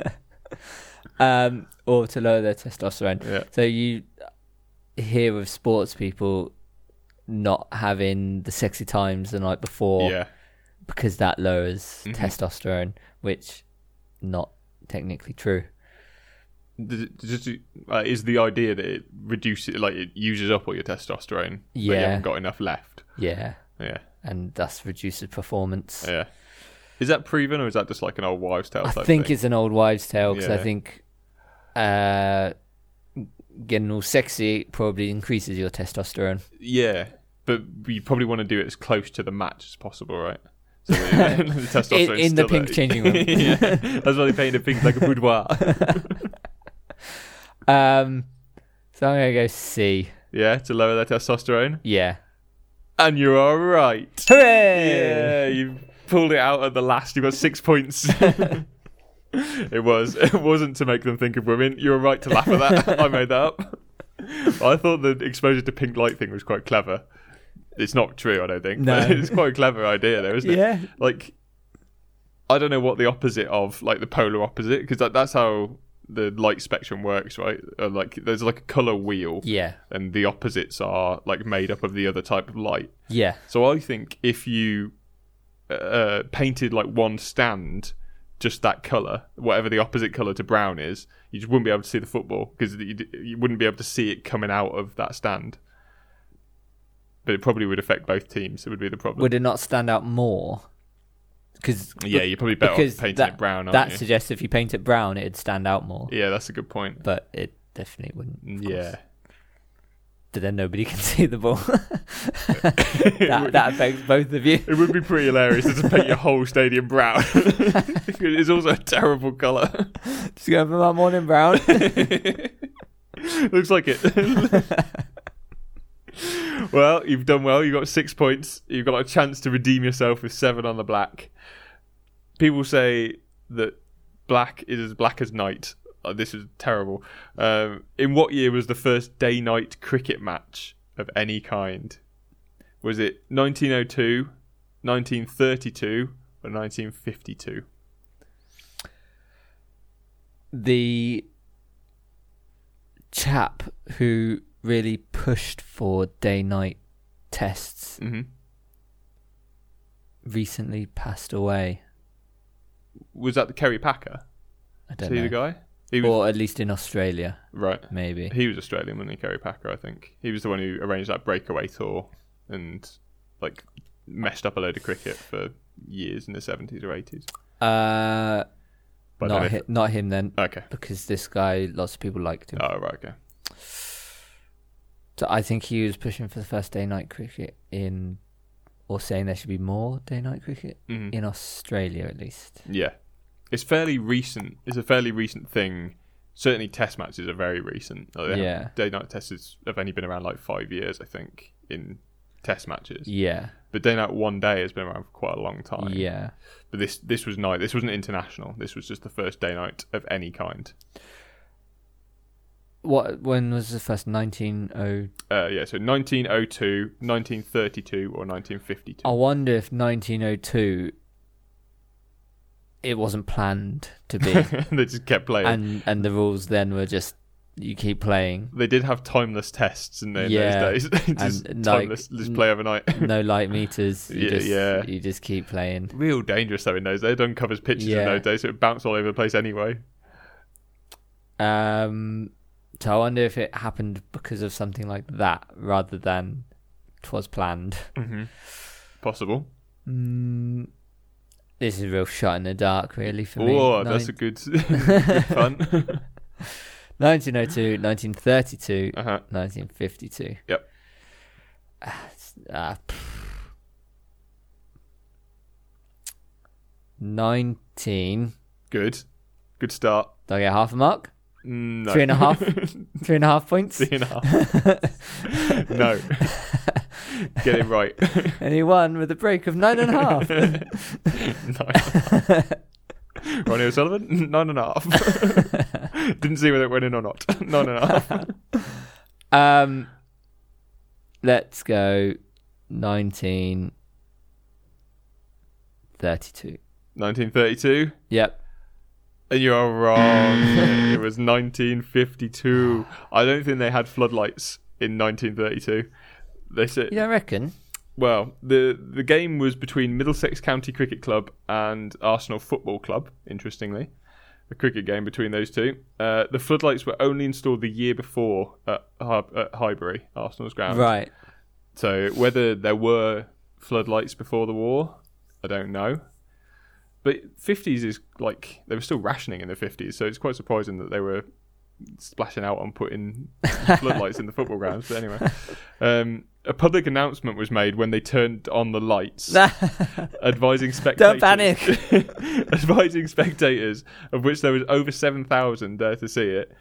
Speaker 2: um, or to lower their testosterone.
Speaker 1: Yeah.
Speaker 2: So you hear of sports people not having the sexy times the night before
Speaker 1: yeah.
Speaker 2: because that lowers
Speaker 1: Mhm.
Speaker 2: testosterone, which not technically true.
Speaker 1: Does it- does it- uh, is the idea that it reduces, like, it uses up all your testosterone, but you
Speaker 2: Yeah.
Speaker 1: haven't got enough left.
Speaker 2: Yeah,
Speaker 1: Yeah,
Speaker 2: and thus reduces performance.
Speaker 1: yeah. Is that proven, or is that just like an old wives' tale?
Speaker 2: I
Speaker 1: type
Speaker 2: think
Speaker 1: thing?
Speaker 2: it's an old wives' tale because I
Speaker 1: Yeah.
Speaker 2: think uh, getting all sexy probably increases your testosterone.
Speaker 1: yeah, but you probably want to do it as close to the match as possible, right? So that the testosterone's
Speaker 2: In- in
Speaker 1: still there.
Speaker 2: the pink changing room.
Speaker 1: yeah, that's why they painted pink like a boudoir.
Speaker 2: Um, so I'm gonna go C.
Speaker 1: yeah, to lower their testosterone.
Speaker 2: Yeah.
Speaker 1: And you're all right.
Speaker 2: Hooray!
Speaker 1: Yeah, you pulled it out at the last. You got six points. it was. It wasn't to make them think of women. You were right to laugh at that. I made that up. I thought the exposure to pink light thing was quite clever. It's not true, I don't think.
Speaker 2: No.
Speaker 1: But it's quite a clever idea, though, isn't it?
Speaker 2: Yeah.
Speaker 1: Like, I don't know what the opposite of like the polar opposite because that, that's how the light spectrum works, right? Uh, like, there's like a color wheel,
Speaker 2: Yeah.
Speaker 1: and the opposites are like made up of the other type of light.
Speaker 2: Yeah.
Speaker 1: So I think if you uh, painted like one stand just that color, whatever the opposite color to brown is, you just wouldn't be able to see the football because you, d- you wouldn't be able to see it coming out of that stand. But it probably would affect both teams. It would be the problem.
Speaker 2: Would it not stand out more? Because
Speaker 1: yeah, you're probably better off
Speaker 2: because
Speaker 1: painting
Speaker 2: that,
Speaker 1: it brown. Aren't
Speaker 2: that
Speaker 1: you?
Speaker 2: suggests if you paint it brown, it'd stand out more.
Speaker 1: yeah, that's a good point.
Speaker 2: But it definitely wouldn't. of course.
Speaker 1: Yeah,
Speaker 2: But then nobody can see the ball. that, that affects both of you.
Speaker 1: it would be pretty hilarious to just paint your whole stadium brown. it's also a terrible color.
Speaker 2: Just going for my morning brown.
Speaker 1: Looks like it. well, you've done well. You've got six points. You've got a chance to redeem yourself with seven on the black. People say that black is as black as night. Oh, this is terrible. Um, in what year was the first day night cricket match of any kind? Was it 1902, 1932, or 1952?
Speaker 2: the chap who really pushed for day night tests
Speaker 1: Mm-hmm.
Speaker 2: recently passed away.
Speaker 1: Was that the Kerry Packer?
Speaker 2: I don't
Speaker 1: See the
Speaker 2: know.
Speaker 1: guy? He was,
Speaker 2: Or at least in Australia,
Speaker 1: right.
Speaker 2: maybe.
Speaker 1: He was Australian, wasn't he, Kerry Packer? I think he was the one who arranged that breakaway tour and like messed up a load of cricket for years in the seventies or eighties.
Speaker 2: Uh,
Speaker 1: But I don't know
Speaker 2: not,
Speaker 1: if-
Speaker 2: hi- not him then,
Speaker 1: Okay.
Speaker 2: because this guy, lots of people liked him.
Speaker 1: Oh right. Okay.
Speaker 2: So I think he was pushing for the first day night cricket in, or saying there should be more day night cricket
Speaker 1: Mhm.
Speaker 2: in Australia at least.
Speaker 1: Yeah. It's fairly recent. It's a fairly recent thing. Certainly, Test matches are very recent. Like, they
Speaker 2: Yeah.
Speaker 1: have- Day-night tests have only been around like five years, I think, in Test matches.
Speaker 2: Yeah,
Speaker 1: But day-night one day has been around for quite a long time.
Speaker 2: yeah.
Speaker 1: But this this was night. This wasn't international. This was just the first day-night of any kind.
Speaker 2: What? When was the first? Nineteen oh.
Speaker 1: Uh, yeah, so 1902, 1932, or 1952.
Speaker 2: I wonder if nineteen oh two. It wasn't planned to be,
Speaker 1: they just kept playing.
Speaker 2: and and the rules then were just you keep playing.
Speaker 1: they did have timeless tests in, there in
Speaker 2: Yeah,
Speaker 1: those days. just
Speaker 2: and, like,
Speaker 1: timeless, just play overnight.
Speaker 2: No light meters. You
Speaker 1: Yeah,
Speaker 2: just,
Speaker 1: yeah.
Speaker 2: You just keep playing.
Speaker 1: Real dangerous though in those days. It uncovers pictures in
Speaker 2: Yeah.
Speaker 1: those days, so it bounced all over the place anyway.
Speaker 2: Um, so I wonder if it happened because of something like that rather than 'twas planned.
Speaker 1: Possible.
Speaker 2: Mm, this is a real shot in the dark, really, for me.
Speaker 1: Oh, that's a good, good fun.
Speaker 2: 1902, 1932,
Speaker 1: uh-huh.
Speaker 2: 1952.
Speaker 1: Yep.
Speaker 2: Ah, it's- ah, pff. 19.
Speaker 1: Good. Good start.
Speaker 2: Do I get half a mark?
Speaker 1: Mm, No.
Speaker 2: Three and a half? Three and a half points?
Speaker 1: Three and a half. no. Get it right.
Speaker 2: Anyone with a break of nine and a half?
Speaker 1: Nine. Ronnie O'Sullivan, nine and a half. Didn't see whether it went in or not. Nine and a half.
Speaker 2: Um, let's go 1932.
Speaker 1: 1932.
Speaker 2: Yep.
Speaker 1: You are wrong. it was 1952. I don't think they had floodlights in 1932. They said,
Speaker 2: You don't reckon?
Speaker 1: well, the the game was between Middlesex County Cricket Club and Arsenal Football Club. Interestingly, a cricket game between those two. Uh, the floodlights were only installed the year before at, Har- at Highbury, Arsenal's ground.
Speaker 2: Right.
Speaker 1: So whether there were floodlights before the war, I don't know. But 50s is like they were still rationing in the 50s, so it's quite surprising that they were splashing out on putting floodlights in the football grounds. But anyway, um, a public announcement was made when they turned on the lights, advising spectators.
Speaker 2: panic.
Speaker 1: advising spectators, of which there was over seven thousand there to see it,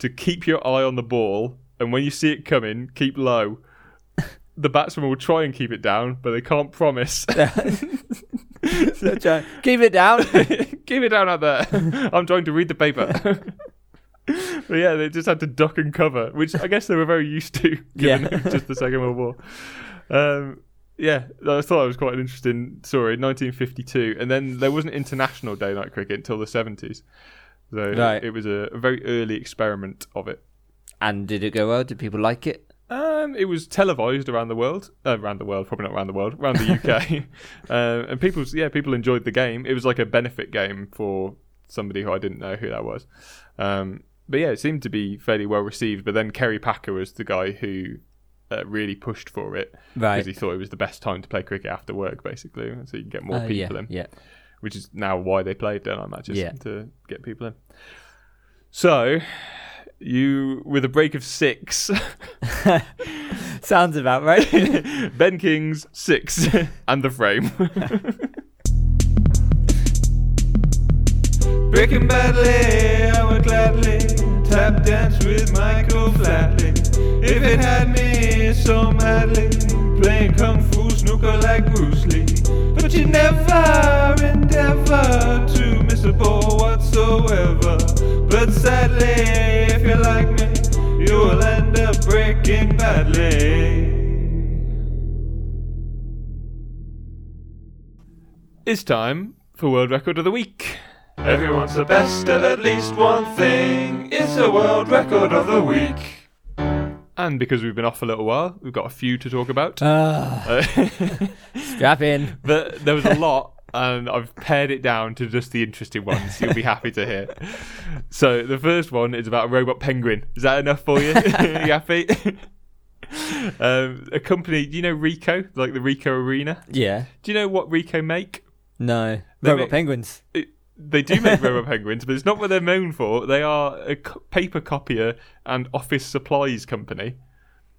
Speaker 1: to keep your eye on the ball, and when you see it coming, keep low. The batsman will try and keep it down, but they can't promise.
Speaker 2: Try- Keep it down.
Speaker 1: Keep it down out there. I'm trying to read the paper. but yeah, they just had to duck and cover, which I guess they were very used to, given
Speaker 2: Yeah.
Speaker 1: just the Second World War. Um, yeah, I thought that was quite an interesting story. 1952, and then there wasn't international day-night cricket until the 70s. So
Speaker 2: Right.
Speaker 1: it was a, a very early experiment of it.
Speaker 2: and did it go well? Did people like it?
Speaker 1: Um, it was televised around the world, uh, around the world, probably not around the world, around the UK, um, and people, yeah, people enjoyed the game. It was like a benefit game for somebody who I didn't know who that was, um, but yeah, it seemed to be fairly well received. But then Kerry Packer was the guy who uh, really pushed for it
Speaker 2: Right.
Speaker 1: because he thought it was the best time to play cricket after work, basically, so you can get more
Speaker 2: Uh,
Speaker 1: people
Speaker 2: yeah.
Speaker 1: in
Speaker 2: Yeah.
Speaker 1: which is now why they played day night matches
Speaker 2: Yeah.
Speaker 1: to get people in. So, you with a break of six,
Speaker 2: Sounds about right.
Speaker 1: Ben King's six and the frame.
Speaker 3: Breaking badly, I would gladly tap dance with Michael Flatley. If it had me so madly, playing kung fu snooker like Bruce Lee. But you never endeavor to miss a ball whatsoever. But sadly, if you're like me, you will end up breaking badly.
Speaker 1: it's time for world record of the week.
Speaker 3: Everyone's the best at at least one thing. It's a world record of the week.
Speaker 1: And because we've been off a little while, we've got a few to talk about.
Speaker 2: Ah,
Speaker 1: Uh,
Speaker 2: strap in.
Speaker 1: but there was a lot, and I've pared it down to just the interesting ones. You'll be happy to hear. So the first one is about a robot penguin. Is that enough for you? you happy? um, a company, do you know Rico, like the Rico Arena?
Speaker 2: Yeah.
Speaker 1: Do you know what Rico make?
Speaker 2: No.
Speaker 1: They
Speaker 2: Robot
Speaker 1: make-
Speaker 2: penguins.
Speaker 1: It, they do make robot penguins, but it's not what they're known for. They are a co- paper copier and office supplies company.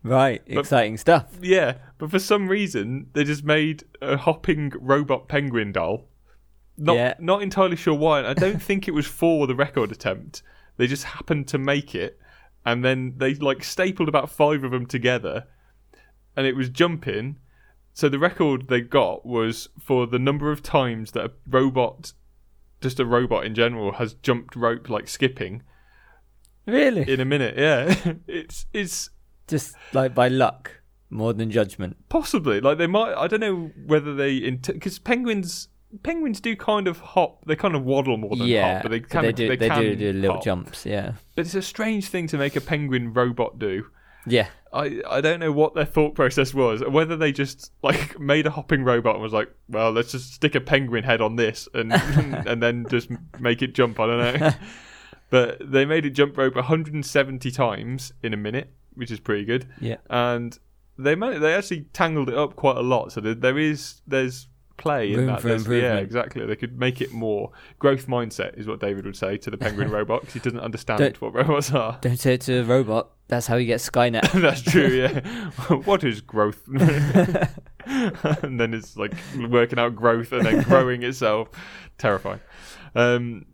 Speaker 2: Right. Exciting stuff.
Speaker 1: Yeah, but for some reason they just made a hopping robot penguin doll. Not
Speaker 2: Yeah.
Speaker 1: not entirely sure why. and I don't think it was for the record attempt. They just happened to make it, and then they like stapled about five of them together, and it was jumping. So the record they got was for the number of times that a robot, just a robot in general, has jumped rope like skipping
Speaker 2: Really?
Speaker 1: in a minute. Yeah, it's it's
Speaker 2: Just like by luck, more than judgment.
Speaker 1: Possibly, like they might. I don't know whether they because penguins penguins do kind of hop. They kind of waddle more than
Speaker 2: yeah.
Speaker 1: hop, but they
Speaker 2: so
Speaker 1: can
Speaker 2: they do. They,
Speaker 1: can
Speaker 2: do do little
Speaker 1: hop.
Speaker 2: jumps. Yeah.
Speaker 1: But it's a strange thing to make a penguin robot do.
Speaker 2: Yeah.
Speaker 1: I I don't know what their thought process was. Whether they just like made a hopping robot and was like, well, let's just stick a penguin head on this and and then just make it jump. I don't know. but they made it jump rope 170 times in a minute, which is pretty good
Speaker 2: Yeah.
Speaker 1: and they man- they actually tangled it up quite a lot. So there, there is there's play in
Speaker 2: Room
Speaker 1: that.
Speaker 2: for
Speaker 1: There's- yeah,
Speaker 2: improvement.
Speaker 1: exactly. They could make it more growth mindset is what David would say to the penguin robot because he doesn't understand
Speaker 2: Don't-
Speaker 1: what robots are.
Speaker 2: Don't say it to a robot. That's how you get Skynet.
Speaker 1: That's true. Yeah. what is growth? and then it's like working out growth and then growing itself. Terrifying. Um,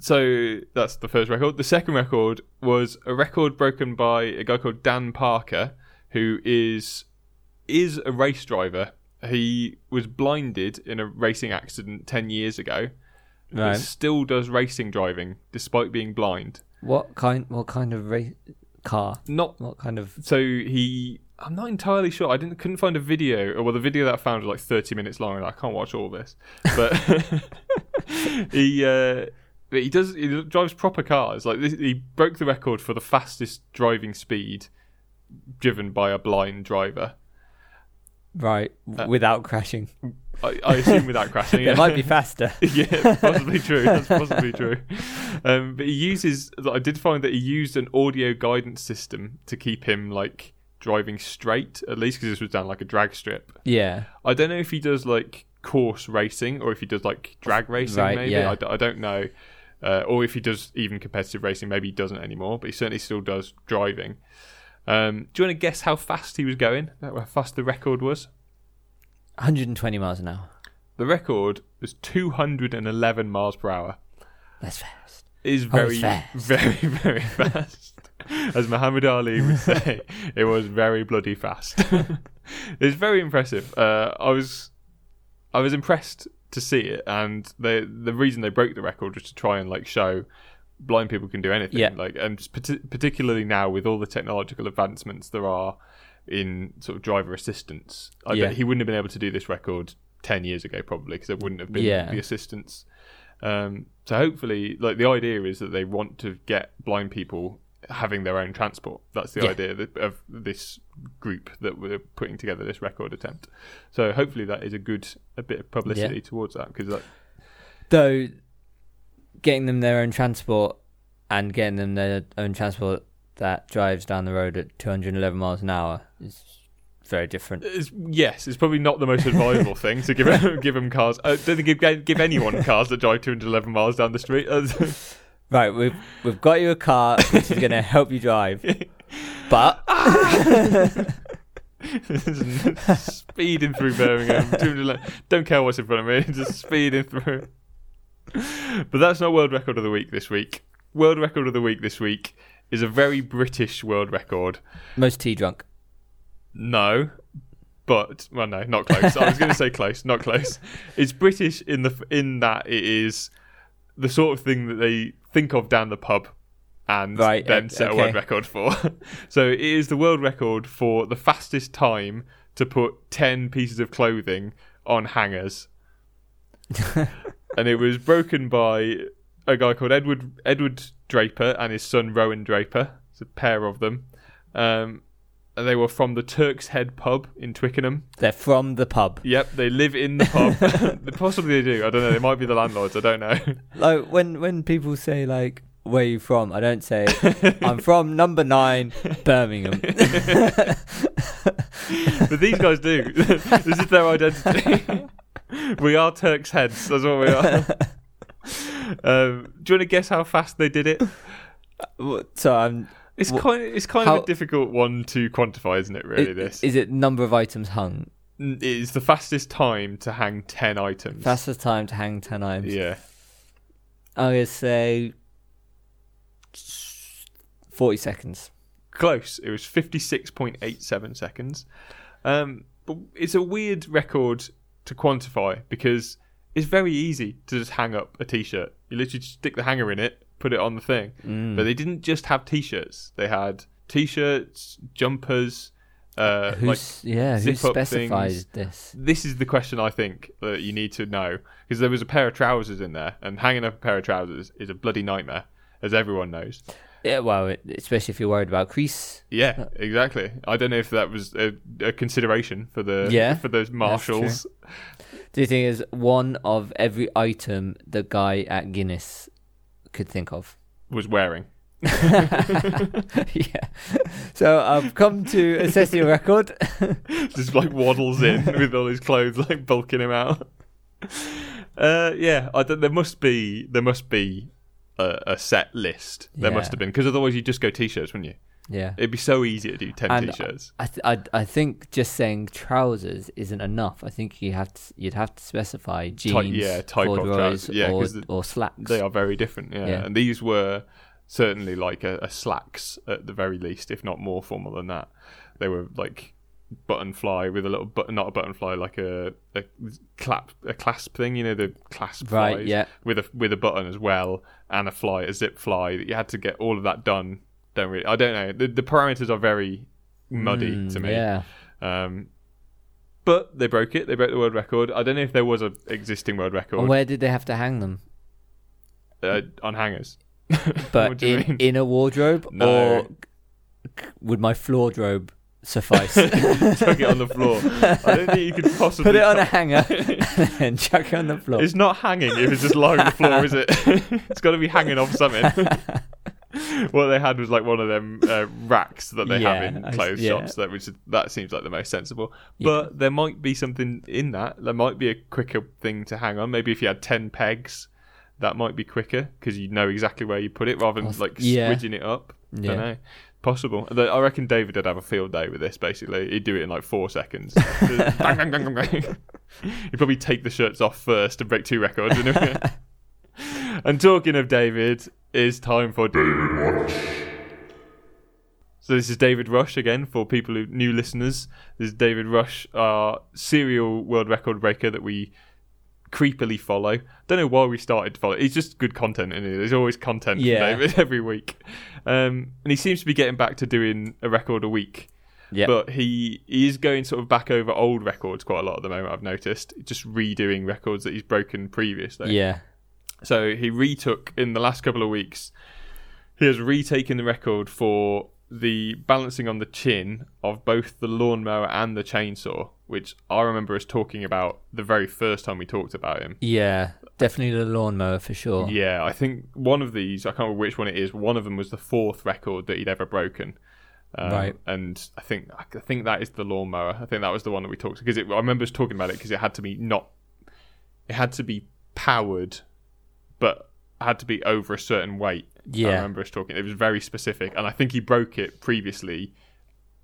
Speaker 1: so that's the first record. The second record was a record broken by a guy called Dan Parker, who is is a race driver. He was blinded in a racing accident ten years ago, but
Speaker 2: right.
Speaker 1: still does racing driving despite being blind.
Speaker 2: What kind? What kind of ra- car?
Speaker 1: Not
Speaker 2: What kind of?
Speaker 1: so he i'm not entirely sure i didn't couldn't find a video or well the video that i found was like 30 minutes long and i can't watch all this but he uh But he does. He drives proper cars. Like this, he broke the record for the fastest driving speed driven by a blind driver.
Speaker 2: Right, w- without crashing.
Speaker 1: I, I assume without crashing. Uh. yeah.
Speaker 2: It might be faster.
Speaker 1: yeah, possibly true. That's possibly true. Um, but he uses. I did find that he used an audio guidance system to keep him like driving straight, at least because this was down like a drag strip.
Speaker 2: yeah.
Speaker 1: I don't know if he does like course racing or if he does like drag racing.
Speaker 2: Right,
Speaker 1: maybe
Speaker 2: yeah.
Speaker 1: I, d- I don't know. Uh, or if he does even competitive racing, maybe he doesn't anymore. But he certainly still does driving. Um, do you want to guess how fast he was going? How fast the record was?
Speaker 2: 120 miles an hour.
Speaker 1: The record was 211 miles per hour.
Speaker 2: That's fast.
Speaker 1: is very,
Speaker 2: Oh, fast.
Speaker 1: very, very fast. As Muhammad Ali would say, it was very bloody fast. it's very impressive. Uh, I was, I was impressed to see it, and the the reason they broke the record was to try and like show blind people can do anything.
Speaker 2: Yeah.
Speaker 1: Like, and just parti- particularly now with all the technological advancements there are in sort of driver assistance, I
Speaker 2: Yeah.
Speaker 1: bet he wouldn't have been able to do this record ten years ago probably because there wouldn't have been
Speaker 2: Yeah.
Speaker 1: the assistance. Um, so hopefully, like the idea is that they want to get blind people having their own transport. That's the
Speaker 2: Yeah.
Speaker 1: idea that, of this group that we're putting together this record attempt. So hopefully, that is a good a bit of publicity
Speaker 2: Yeah.
Speaker 1: towards that because like,
Speaker 2: Though getting them their own transport and getting them their own transport that drives down the road at 211 miles an hour is very different.
Speaker 1: it's, yes, it's probably not the most advisable thing to give give them cars. I don't think you can give anyone cars that drive 211 miles down the street.
Speaker 2: Right, we've we've got you a car which is going to help you drive, but
Speaker 1: speeding through Birmingham. 211 Don't care what's in front of me, just speeding through. But that's not world record of the week this week. World record of the week this week is a very British world record.
Speaker 2: most tea drunk.
Speaker 1: No, but well, no, not close. I was going to say close, not close. It's British in the in that it is the sort of thing that they think of down the pub and
Speaker 2: Right,
Speaker 1: then
Speaker 2: o-
Speaker 1: set a
Speaker 2: okay.
Speaker 1: world record for. so it is the world record for the fastest time to put ten pieces of clothing on hangers, and it was broken by a guy called Edward Edward Draper and his son Rowan Draper. It's a pair of them. Um, and they were from the Turk's Head pub in Twickenham.
Speaker 2: They're from the pub.
Speaker 1: Yep, they live in the pub. Possibly they do. I don't know. They might be the landlords. I don't know.
Speaker 2: Like when when people say like where you from, I don't say I'm from number nine, Birmingham.
Speaker 1: But these guys do. this is their identity. we are Turk's heads. That's what we are. Um, do you want to guess how fast they did it?
Speaker 2: What- so I'm.
Speaker 1: It's
Speaker 2: Wha-
Speaker 1: kind. It's kind
Speaker 2: how-
Speaker 1: of a difficult one to quantify, isn't it? Really,
Speaker 2: i-
Speaker 1: this
Speaker 2: is it number of items hung?
Speaker 1: it is the fastest time to hang ten items.
Speaker 2: Fastest time to hang ten items.
Speaker 1: yeah,
Speaker 2: I'm gonna say forty seconds.
Speaker 1: close. It was fifty-six point eight seven seconds. Um, but it's a weird record to quantify because it's very easy to just hang up a t-shirt. You literally just stick the hanger in it, put it on the thing. But they didn't just have t-shirts. They had t-shirts, jumpers. Uh, like
Speaker 2: Who's yeah? Who
Speaker 1: zip-up
Speaker 2: specifies
Speaker 1: things.
Speaker 2: this?
Speaker 1: this is the question I think that you need to know because there was a pair of trousers in there, and hanging up a pair of trousers is a bloody nightmare, as everyone knows.
Speaker 2: Yeah, well, it, especially if you're worried about crease.
Speaker 1: Yeah, exactly. I don't know if that was a, a consideration for the
Speaker 2: Yeah,
Speaker 1: for those marshals.
Speaker 2: Do you think is one of every item the guy at Guinness could think of?
Speaker 1: Was wearing.
Speaker 2: yeah. So I've come to assess your record.
Speaker 1: just like waddles in with all his clothes like bulking him out. Uh, yeah, I don't, there must be there must be a, a set list. There
Speaker 2: Yeah.
Speaker 1: must have been because otherwise you'd just go t-shirts, wouldn't you?
Speaker 2: Yeah.
Speaker 1: It'd be so easy to do 10
Speaker 2: And-
Speaker 1: t-shirts.
Speaker 2: I, th- I I think just saying trousers isn't enough. I think you have to, you'd have to specify jeans,
Speaker 1: yeah, type of
Speaker 2: corduroys,
Speaker 1: trousers. Yeah,
Speaker 2: or,
Speaker 1: 'cause the-
Speaker 2: or slacks.
Speaker 1: They are very different, yeah.
Speaker 2: Yeah.
Speaker 1: And these were certainly like a, a slacks at the very least, if not more formal than that. They were like button fly with a little button, not a button fly, like a, a clap, a clasp thing. You know the clasp
Speaker 2: Right,
Speaker 1: flies
Speaker 2: yeah.
Speaker 1: with a with a button as well and a fly, a zip fly. That you had to get all of that done. Don't really, I don't know. The, the parameters are very muddy to me.
Speaker 2: Mm, Yeah.
Speaker 1: Um, but they broke it. They broke the world record. I don't know if there was a existing world record.
Speaker 2: Where did they have to hang them?
Speaker 1: uh, on hangers. What
Speaker 2: But
Speaker 1: do you
Speaker 2: in,
Speaker 1: mean?
Speaker 2: in a wardrobe,
Speaker 1: No.
Speaker 2: or c- would my floor drobe suffice?
Speaker 1: Chuck it on the floor. I don't think you could possibly
Speaker 2: Put it on a hanger and chuck it on the floor.
Speaker 1: It's not hanging if it's just lying on the floor, is it? it's got to be hanging off something. what they had was like one of them uh, racks that they
Speaker 2: Yeah,
Speaker 1: have in
Speaker 2: I s-
Speaker 1: clothes
Speaker 2: yeah.
Speaker 1: shops. That which is- that seems like the most sensible.
Speaker 2: Yeah.
Speaker 1: But there might be something in that. There might be a quicker thing to hang on. Maybe if you had ten pegs, that might be quicker because you know exactly where you put it rather than like
Speaker 2: yeah.
Speaker 1: squidging it up.
Speaker 2: Yeah.
Speaker 1: Don't know. Possible. Although I reckon David would have a field day with this. Basically, he'd do it in like four seconds. Bang, bang, bang, bang, bang. He'd probably take the shirts off first and break two records. you know? and talking of David, it's time for David Watch. So this is David Rush again for people who new listeners. This is David Rush, our serial world record breaker that we creepily follow. Don't know why we started to follow. It's just good content in it. There's always content from
Speaker 2: Yeah.
Speaker 1: David every week, um, and he seems to be getting back to doing a record a week.
Speaker 2: Yep.
Speaker 1: But he, he is going sort of back over old records quite a lot at the moment. I've noticed just redoing records that he's broken previously.
Speaker 2: yeah.
Speaker 1: So he retook in the last couple of weeks. He has retaken the record for the balancing on the chin of both the lawnmower and the chainsaw, which I remember us talking about the very first time we talked about him.
Speaker 2: Yeah. Definitely the lawnmower for sure.
Speaker 1: Yeah, I think one of these, I can't remember which one it is, one of them was the fourth record that he'd ever broken. Um,
Speaker 2: Right.
Speaker 1: And I think I think that is the lawnmower. I think that was the one that we talked because I remember us talking about it because it had to be not it had to be powered but had to be over a certain weight. I
Speaker 2: Yeah.
Speaker 1: remember us talking. It was very specific and I think he broke it previously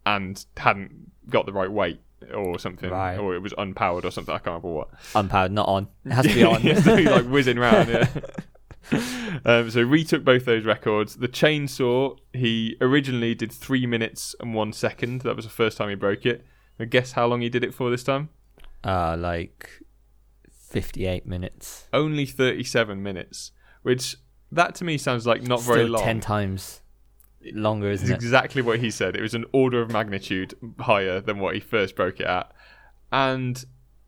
Speaker 1: and hadn't got the right weight or something
Speaker 2: Right.
Speaker 1: or it was unpowered or something I can't remember what.
Speaker 2: Unpowered, not on. It has to be on.
Speaker 1: Yes, they're, like whizzing round. Yeah. um, so retook both those records. The chainsaw, he originally did three minutes and one second. That was the first time he broke it. And guess how long he did it for this time?
Speaker 2: uh, like 58 minutes.
Speaker 1: Only thirty-seven minutes, which that to me sounds like not very
Speaker 2: Still
Speaker 1: long.
Speaker 2: 10 times longer,
Speaker 1: It's
Speaker 2: isn't it?
Speaker 1: exactly what he said. It was an order of magnitude higher than what he first broke it at. And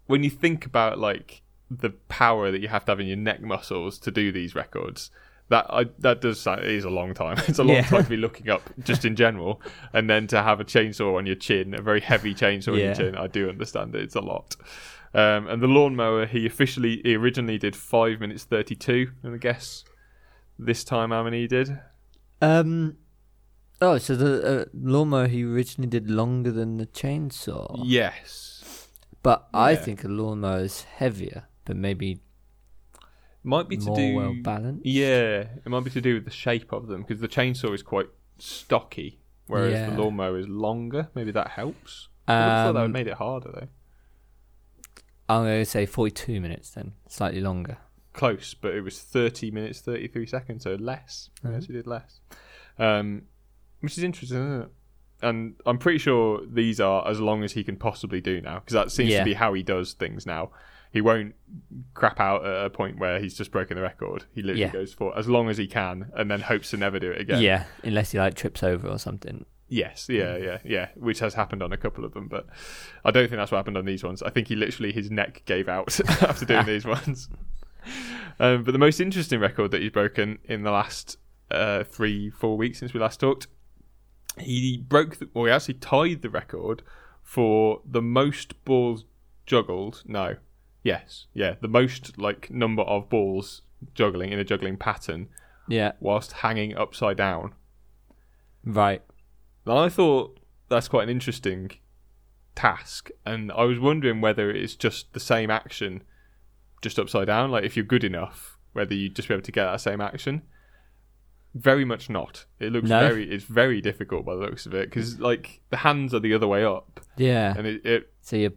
Speaker 1: when you think about like the power that you have to have in your neck muscles to do these records, that I, that does sound, it is a long time. It's a long
Speaker 2: Yeah.
Speaker 1: time to be looking up just in general, and then to have a chainsaw on your chin, a very heavy chainsaw on
Speaker 2: Yeah.
Speaker 1: your chin. I do understand that it's a lot. Um, and the lawnmower, he officially he originally did five minutes thirty-two. And I guess this time how many he did?
Speaker 2: Um. Oh, so the uh, lawnmower he originally did longer than the chainsaw,
Speaker 1: Yes.
Speaker 2: but I
Speaker 1: yeah.
Speaker 2: think a lawnmower is heavier, but maybe
Speaker 1: might be to
Speaker 2: more
Speaker 1: do
Speaker 2: well balanced.
Speaker 1: Yeah, it might be to do with the shape of them because the chainsaw is quite stocky, whereas
Speaker 2: Yeah.
Speaker 1: the lawnmower is longer. Maybe that helps. I would have thought that would
Speaker 2: Um,
Speaker 1: have made it harder though.
Speaker 2: I'm going to say 42 minutes then, slightly longer.
Speaker 1: Close, but it was thirty minutes, thirty-three seconds, so less. He actually did less, um, which is interesting, isn't it? And I'm pretty sure these are as long as he can possibly do now because that seems
Speaker 2: Yeah.
Speaker 1: to be how he does things now. He won't crap out at a point where he's just broken the record. He literally
Speaker 2: Yeah.
Speaker 1: goes for as long as he can and then hopes to never do it
Speaker 2: Yeah.
Speaker 1: again.
Speaker 2: unless he like trips over or something.
Speaker 1: Yes, yeah, yeah, yeah, which has happened on a couple of them, but I don't think that's what happened on these ones. I think he literally his neck gave out after doing these ones. Um, but the most interesting record that he's broken in the last uh, three, four weeks since we last talked, he broke, the, well, he actually tied the record for the most balls juggled. No, yes, yeah, the most like number of balls juggling in a juggling pattern
Speaker 2: Yeah,
Speaker 1: whilst hanging upside down.
Speaker 2: right.
Speaker 1: And I thought that's quite an interesting task, and I was wondering whether it's just the same action, just upside down. Like if you're good enough, whether you'd just be able to get that same action. Very much not. It looks
Speaker 2: No.
Speaker 1: very. It's very difficult by the looks of it because like the hands are the other way up,
Speaker 2: Yeah,
Speaker 1: and it, it
Speaker 2: so you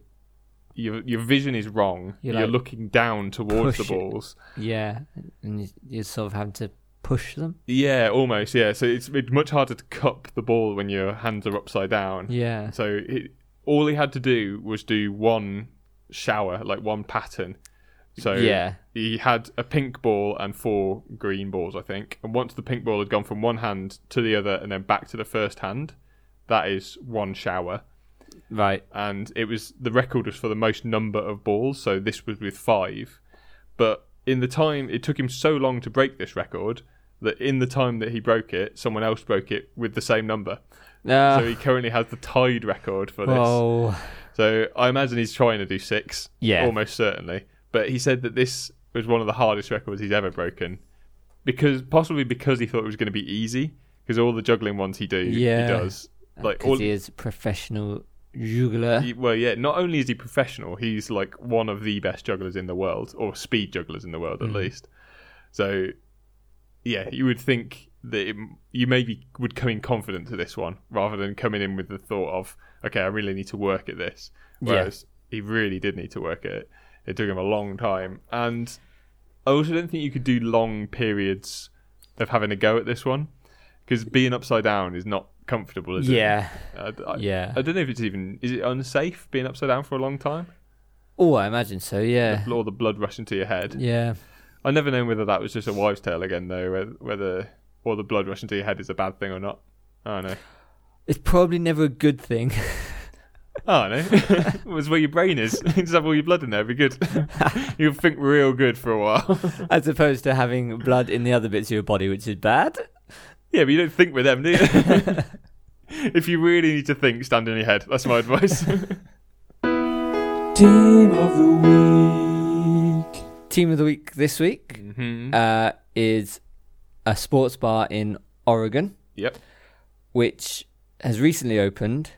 Speaker 1: your your vision is wrong.
Speaker 2: You're
Speaker 1: You're,
Speaker 2: like
Speaker 1: looking down towards the
Speaker 2: pushing.
Speaker 1: balls.
Speaker 2: yeah, and you, you're sort of having to push them.
Speaker 1: Yeah, almost. Yeah. So it's, it's much harder to cup the ball when your hands are upside down.
Speaker 2: Yeah,
Speaker 1: So it, all he had to do was do one shower, like one pattern. So
Speaker 2: Yeah.
Speaker 1: he had a pink ball and four green balls, I think. And once the pink ball had gone from one hand to the other and then back to the first hand, that is one shower.
Speaker 2: right.
Speaker 1: And it was the record was for the most number of balls, so this was with five. But in the time it took him so long to break this record that in the time that he broke it, someone else broke it with the same number.
Speaker 2: Uh,
Speaker 1: so he currently has the tied record for this.
Speaker 2: well,
Speaker 1: So I imagine he's trying to do six.
Speaker 2: Yeah.
Speaker 1: Almost certainly. But he said that this was one of the hardest records he's ever broken. Because possibly because he thought it was going to be easy, because all the juggling ones he do, he
Speaker 2: Yeah.
Speaker 1: does. Like
Speaker 2: 'cause
Speaker 1: all,
Speaker 2: he is a professional juggler.
Speaker 1: he- well, yeah. Not only is he professional, he's like one of the best jugglers in the world, or speed jugglers in the world
Speaker 2: Mm.
Speaker 1: at least. So, yeah, you would think that it, you maybe would come in confident to this one rather than coming in with the thought of, okay, I really need to work at this.
Speaker 2: Yeah.
Speaker 1: Whereas he really did need to work at it. It took him a long time, and I also don't think you could do long periods of having a go at this one because being upside down is not comfortable. Is it?
Speaker 2: yeah.
Speaker 1: I, I-
Speaker 2: Yeah.
Speaker 1: I don't know if it's even is it unsafe being upside down for a long time
Speaker 2: Oh, I imagine so. Yeah.
Speaker 1: or the blood rushing to your head.
Speaker 2: Yeah.
Speaker 1: I never know whether that was just a wives' tale again though, whe- whether or the blood rushing to your head is a bad thing or not. I don't know.
Speaker 2: It's probably never a good thing.
Speaker 1: I don't know. It's where your brain is. just have all your blood in there. It'd be good. You'll think real good for a while.
Speaker 2: as opposed to having blood in the other bits of your body, which is bad.
Speaker 1: yeah, but you don't think with them, do you? if you really need to think, stand on your head. That's my advice.
Speaker 3: Team of the week.
Speaker 2: Team of the week this week
Speaker 1: mm-hmm.
Speaker 2: uh, is a sports bar in Oregon,
Speaker 1: Yep.
Speaker 2: which has recently opened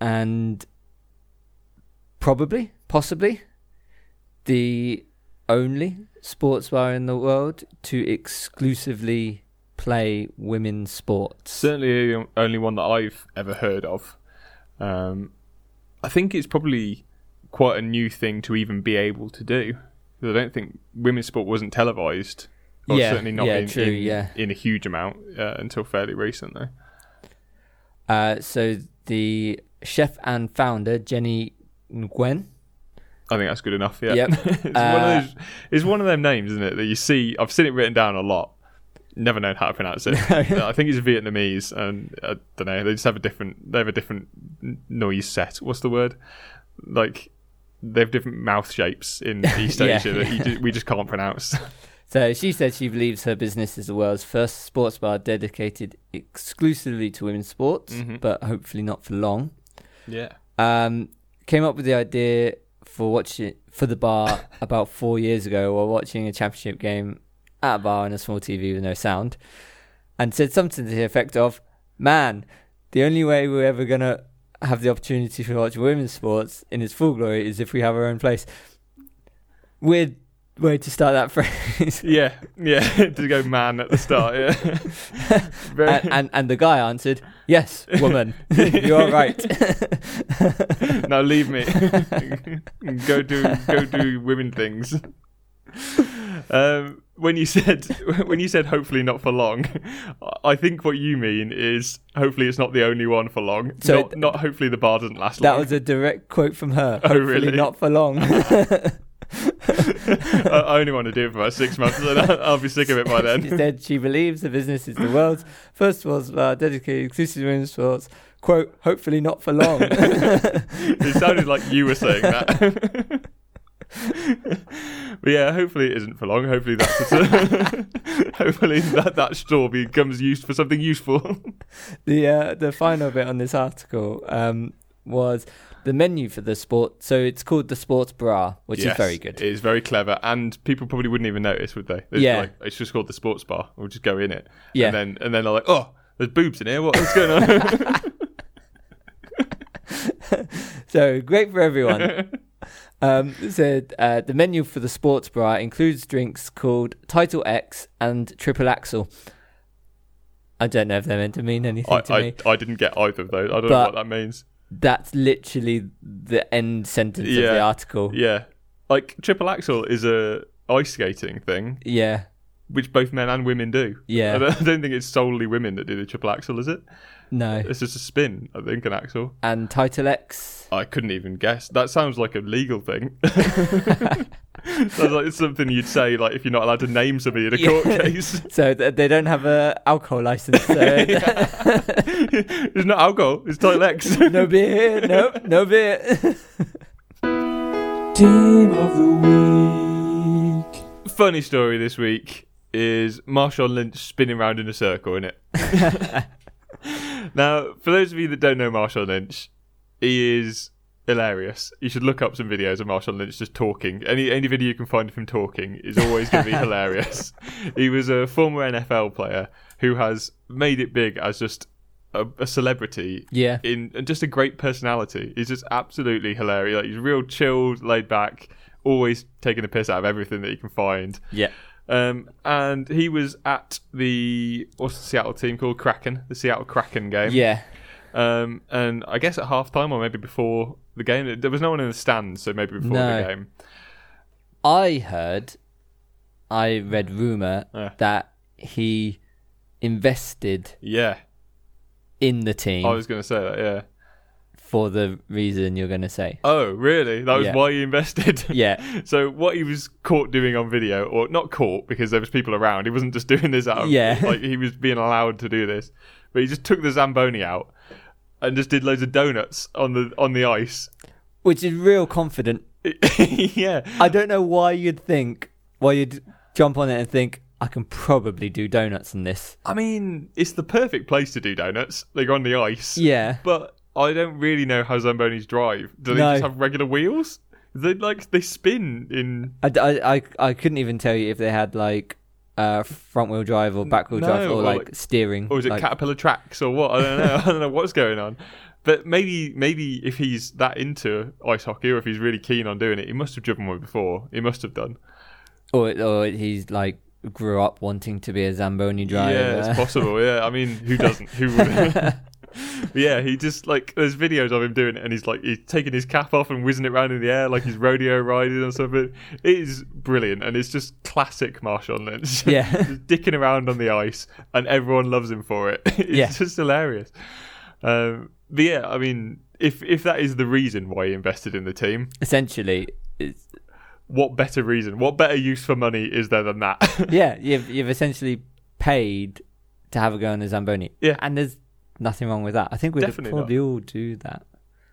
Speaker 2: and probably, possibly, the only sports bar in the world to exclusively play women's sports.
Speaker 1: certainly the only one that I've ever heard of. Um, I think it's probably quite a new thing to even be able to do. 'Cause I don't think women's sport wasn't televised. Or
Speaker 2: Yeah,
Speaker 1: certainly not
Speaker 2: yeah,
Speaker 1: in,
Speaker 2: true,
Speaker 1: in,
Speaker 2: yeah.
Speaker 1: in a huge amount uh, until fairly recently.
Speaker 2: Uh, so the chef and founder, Jenny Nguyen,
Speaker 1: I think that's good enough. Yeah,
Speaker 2: Yep.
Speaker 1: it's, one of
Speaker 2: Uh,
Speaker 1: those, it's one of them names, isn't it? That you see. I've seen it written down a lot. Never known how to pronounce it. I think it's Vietnamese, and uh, I don't know. They just have a different. They have a different n- noise set. What's the word? Like they have different mouth shapes in East
Speaker 2: Yeah,
Speaker 1: Asia that You ju- we just can't pronounce.
Speaker 2: So she said she believes her business is the world's first sports bar dedicated exclusively to women's sports,
Speaker 1: Mhm.
Speaker 2: but hopefully not for long.
Speaker 1: yeah.
Speaker 2: Um, came up with the idea for watching for the bar about four years ago while watching a championship game at a bar on a small TV with no sound, and said something to the effect of, "Man, the only way we're ever gonna have the opportunity to watch women's sports in its full glory is if we have our own place." Weird way to start that phrase.
Speaker 1: Yeah. Yeah. to go man at the start. Yeah. Very.
Speaker 2: and, and and the guy answered, "Yes, woman, you're right."
Speaker 1: now leave me. go do go do women things. Um, when you said when you said hopefully not for long, I think what you mean is hopefully it's not the only one for long.
Speaker 2: So
Speaker 1: not,
Speaker 2: th-
Speaker 1: not hopefully the bar doesn't last
Speaker 2: that
Speaker 1: long.
Speaker 2: was a direct quote from her.
Speaker 1: Oh,
Speaker 2: Hopefully
Speaker 1: really?
Speaker 2: Not for long.
Speaker 1: I I only want to do it for about six months, and I- I'll be sick of it by
Speaker 2: she
Speaker 1: then.
Speaker 2: said she believes the business is the world's first sports bar dedicated exclusively to women's sports. Quote: Hopefully not for long.
Speaker 1: it sounded like you were saying that. but yeah, hopefully it isn't for long. Hopefully that's hopefully that that straw becomes used for something useful.
Speaker 2: the uh, the final bit on this article um, was the menu for the sport. So it's called the Sports Bra, which is
Speaker 1: Yes,
Speaker 2: very good.
Speaker 1: It is very clever, and people probably wouldn't even notice, would they? They'd be
Speaker 2: Yeah.
Speaker 1: like, it's just called the sports bar. We'll just go in it.
Speaker 2: Yeah.
Speaker 1: And then and then they're like, oh, there's boobs in here. What, what's going on?
Speaker 2: So great for everyone. um, so uh, the menu for the sports bar includes drinks called Title X and Triple Axel. I don't know if they're meant to mean anything
Speaker 1: I,
Speaker 2: to me.
Speaker 1: I, I didn't get either of those. I don't know what
Speaker 2: But-
Speaker 1: that means.
Speaker 2: That's literally the end sentence of the
Speaker 1: Yeah.
Speaker 2: article. Yeah.
Speaker 1: Yeah. Like triple axel is a ice skating thing,
Speaker 2: Yeah.
Speaker 1: which both men and women do.
Speaker 2: Yeah.
Speaker 1: I don't, I don't think it's solely women that do the triple axel, is it?
Speaker 2: No.
Speaker 1: It's just a spin, I think, an axel.
Speaker 2: And Title X.
Speaker 1: I couldn't even guess. That sounds like a legal thing. sounds like it's something you'd say like if you're not allowed to name somebody in a
Speaker 2: Yeah.
Speaker 1: court case.
Speaker 2: So th- they don't have a alcohol license. So
Speaker 1: it's not alcohol. It's Tilex.
Speaker 2: no beer. No. No beer.
Speaker 3: Team of the week.
Speaker 1: funny story this week is Marshawn Lynch spinning around in a circle, in it. now, for those of you that don't know Marshawn Lynch, he is hilarious. You should look up some videos of Marshawn Lynch just talking. Any any video you can find of him talking is always going to be hilarious. He was a former NFL player who has made it big as just a, a celebrity
Speaker 2: Yeah.
Speaker 1: in and just a great personality. He's just absolutely hilarious. Like, he's real chilled, laid back, always taking the piss out of everything that he can find.
Speaker 2: Yeah.
Speaker 1: Um, and he was at the what's the Seattle team called Kraken, the Seattle Kraken game.
Speaker 2: Yeah.
Speaker 1: Um, and I guess at halftime or maybe before the game, there was no one in the stands, so maybe before
Speaker 2: No.
Speaker 1: the game.
Speaker 2: I heard, I read rumor
Speaker 1: Yeah.
Speaker 2: that he invested
Speaker 1: Yeah,
Speaker 2: in the team
Speaker 1: I was going to say that. Yeah.
Speaker 2: for the reason you're going to say.
Speaker 1: Oh, really? That was
Speaker 2: Yeah.
Speaker 1: why he invested.
Speaker 2: Yeah.
Speaker 1: So what he was caught doing on video, or not caught because there was people around. He wasn't just doing this out. Of,
Speaker 2: Yeah.
Speaker 1: Like he was being allowed to do this, but he just took the zamboni out and just did loads of donuts on the on the ice.
Speaker 2: Which is real confident.
Speaker 1: yeah.
Speaker 2: I don't know why you'd think, why you'd jump on it and think, I can probably do donuts in this.
Speaker 1: I mean, it's the perfect place to do donuts. They're on the ice.
Speaker 2: Yeah.
Speaker 1: But I don't really know how Zambonis drive. Do they
Speaker 2: No.
Speaker 1: just have regular wheels? They like they spin in.
Speaker 2: I, I, I, I couldn't even tell you if they had like uh, front wheel drive or back wheel
Speaker 1: No,
Speaker 2: drive or,
Speaker 1: or,
Speaker 2: like,
Speaker 1: like-
Speaker 2: steering.
Speaker 1: Or is it
Speaker 2: like,
Speaker 1: caterpillar tracks or what? I don't know. I don't know what's going on. But maybe maybe if he's that into ice hockey or if he's really keen on doing it, he must have driven one before. He must have done.
Speaker 2: or, or he's like grew up wanting to be a Zamboni driver.
Speaker 1: Yeah, it's possible. Yeah, I mean, who doesn't? Who would? yeah, he just like there's videos of him doing it, and he's like he's taking his cap off and whizzing it around in the air like he's rodeo riding or something. It is brilliant, and it's just classic Marshawn Lynch.
Speaker 2: Yeah.
Speaker 1: just dicking around on the ice, and everyone loves him for it. it's
Speaker 2: Yeah.
Speaker 1: just hilarious. Um, but yeah, I mean, if if that is the reason why he invested in the team,
Speaker 2: Essentially, it's,
Speaker 1: what better reason? What better use for money is there than that?
Speaker 2: yeah, you've you've essentially paid to have a go on a Zamboni.
Speaker 1: Yeah.
Speaker 2: and there's nothing wrong with that. I think we'd
Speaker 1: Definitely not.
Speaker 2: probably all do that.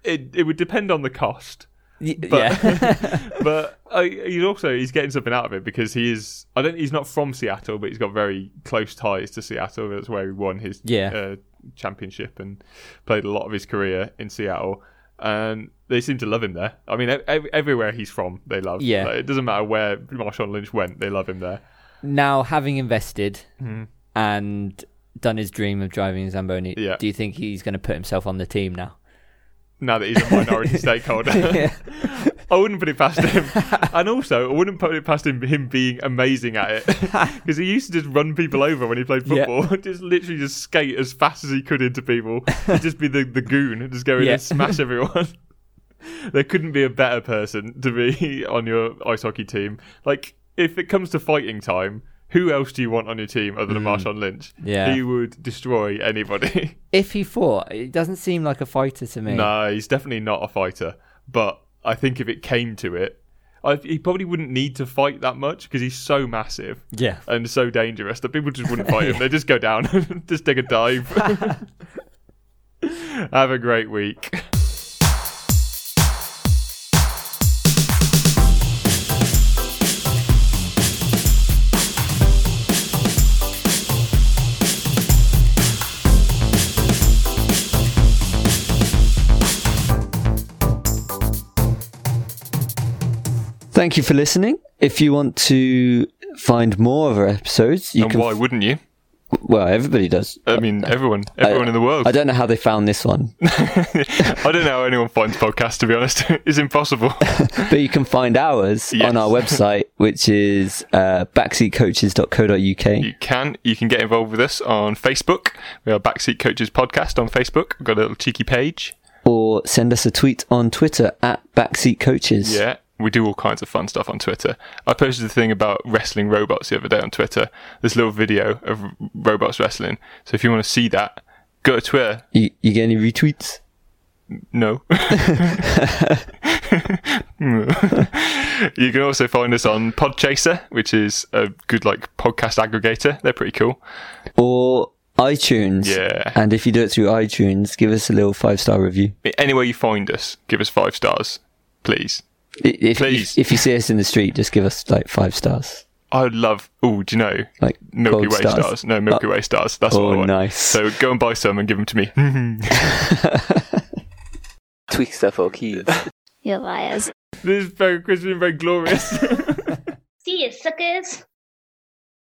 Speaker 1: it it would depend on the cost.
Speaker 2: Y-
Speaker 1: But-
Speaker 2: yeah,
Speaker 1: but uh, he's also he's getting something out of it because he is. I don't. He's not from Seattle, but he's got very close ties to Seattle. That's where he won his
Speaker 2: Yeah.
Speaker 1: uh, championship and played a lot of his career in Seattle. And they seem to love him there. I mean, ev- ev- everywhere he's from, they love.
Speaker 2: Yeah.
Speaker 1: Like, it doesn't matter where Marshawn Lynch went, they love him there.
Speaker 2: now having invested
Speaker 1: Mm-hmm.
Speaker 2: and done his dream of driving a Zamboni,
Speaker 1: Yeah.
Speaker 2: do you think he's going to put himself on the team now?
Speaker 1: Now that he's a minority stakeholder, I wouldn't put it past him. And also, I wouldn't put it past him him being amazing at it because he used to just run people over when he played
Speaker 2: Yeah.
Speaker 1: football. just literally just skate as fast as he could into people. He'd just be the the goon, and just go in
Speaker 2: Yeah.
Speaker 1: and smash everyone. there couldn't be a better person to be on your ice hockey team. Like if it comes to fighting time, who else do you want on your team other than Marshawn Lynch?
Speaker 2: Hmm. Yeah.
Speaker 1: he would destroy anybody.
Speaker 2: If he fought, it doesn't seem like a fighter to me.
Speaker 1: No, he's definitely not a fighter. But I think if it came to it, I, he probably wouldn't need to fight that much because he's so massive
Speaker 2: Yeah.
Speaker 1: and so dangerous that people just wouldn't fight him. They just go down, and just take a dive. Have a great week.
Speaker 2: Thank you for listening. If you want to find more of our episodes, you
Speaker 1: And
Speaker 2: can.
Speaker 1: why wouldn't you?
Speaker 2: Well, everybody does.
Speaker 1: I mean, everyone, everyone in the world.
Speaker 2: I don't know how they found this one,
Speaker 1: I don't know how anyone finds podcasts. To be honest, it's impossible.
Speaker 2: but you can find ours
Speaker 1: Yes.
Speaker 2: on our website, which is uh, backseatcoaches.co.uk.
Speaker 1: You can. You can get involved with us on Facebook. We are Backseat Coaches Podcast on Facebook. We've got a little cheeky page.
Speaker 2: Or send us a tweet on Twitter at backseatcoaches.
Speaker 1: Yeah, we do all kinds of fun stuff on Twitter. I posted a thing about wrestling robots the other day on Twitter. This little video of r- robots wrestling. So if you want to see that, go to Twitter.
Speaker 2: You, you get any retweets?
Speaker 1: No. you can also find us on Podchaser, which is a good like podcast aggregator. They're pretty cool.
Speaker 2: Or iTunes.
Speaker 1: Yeah.
Speaker 2: And if you do it through iTunes, give us a little five star review.
Speaker 1: Anywhere you find us, give us five stars, please.
Speaker 2: I- If,
Speaker 1: Please.
Speaker 2: If, if you see us in the street, just give us like five stars.
Speaker 1: I would love. Oh, do you know?
Speaker 2: Like
Speaker 1: Milky
Speaker 2: gold
Speaker 1: Way stars.
Speaker 2: stars.
Speaker 1: No, Milky Way stars. That's what I
Speaker 2: Oh,
Speaker 1: want.
Speaker 2: nice.
Speaker 1: So go and buy some and give them to me.
Speaker 2: Tweak stuff for kids.
Speaker 5: You liars.
Speaker 1: this is very Christmas, very glorious.
Speaker 5: See you, suckers.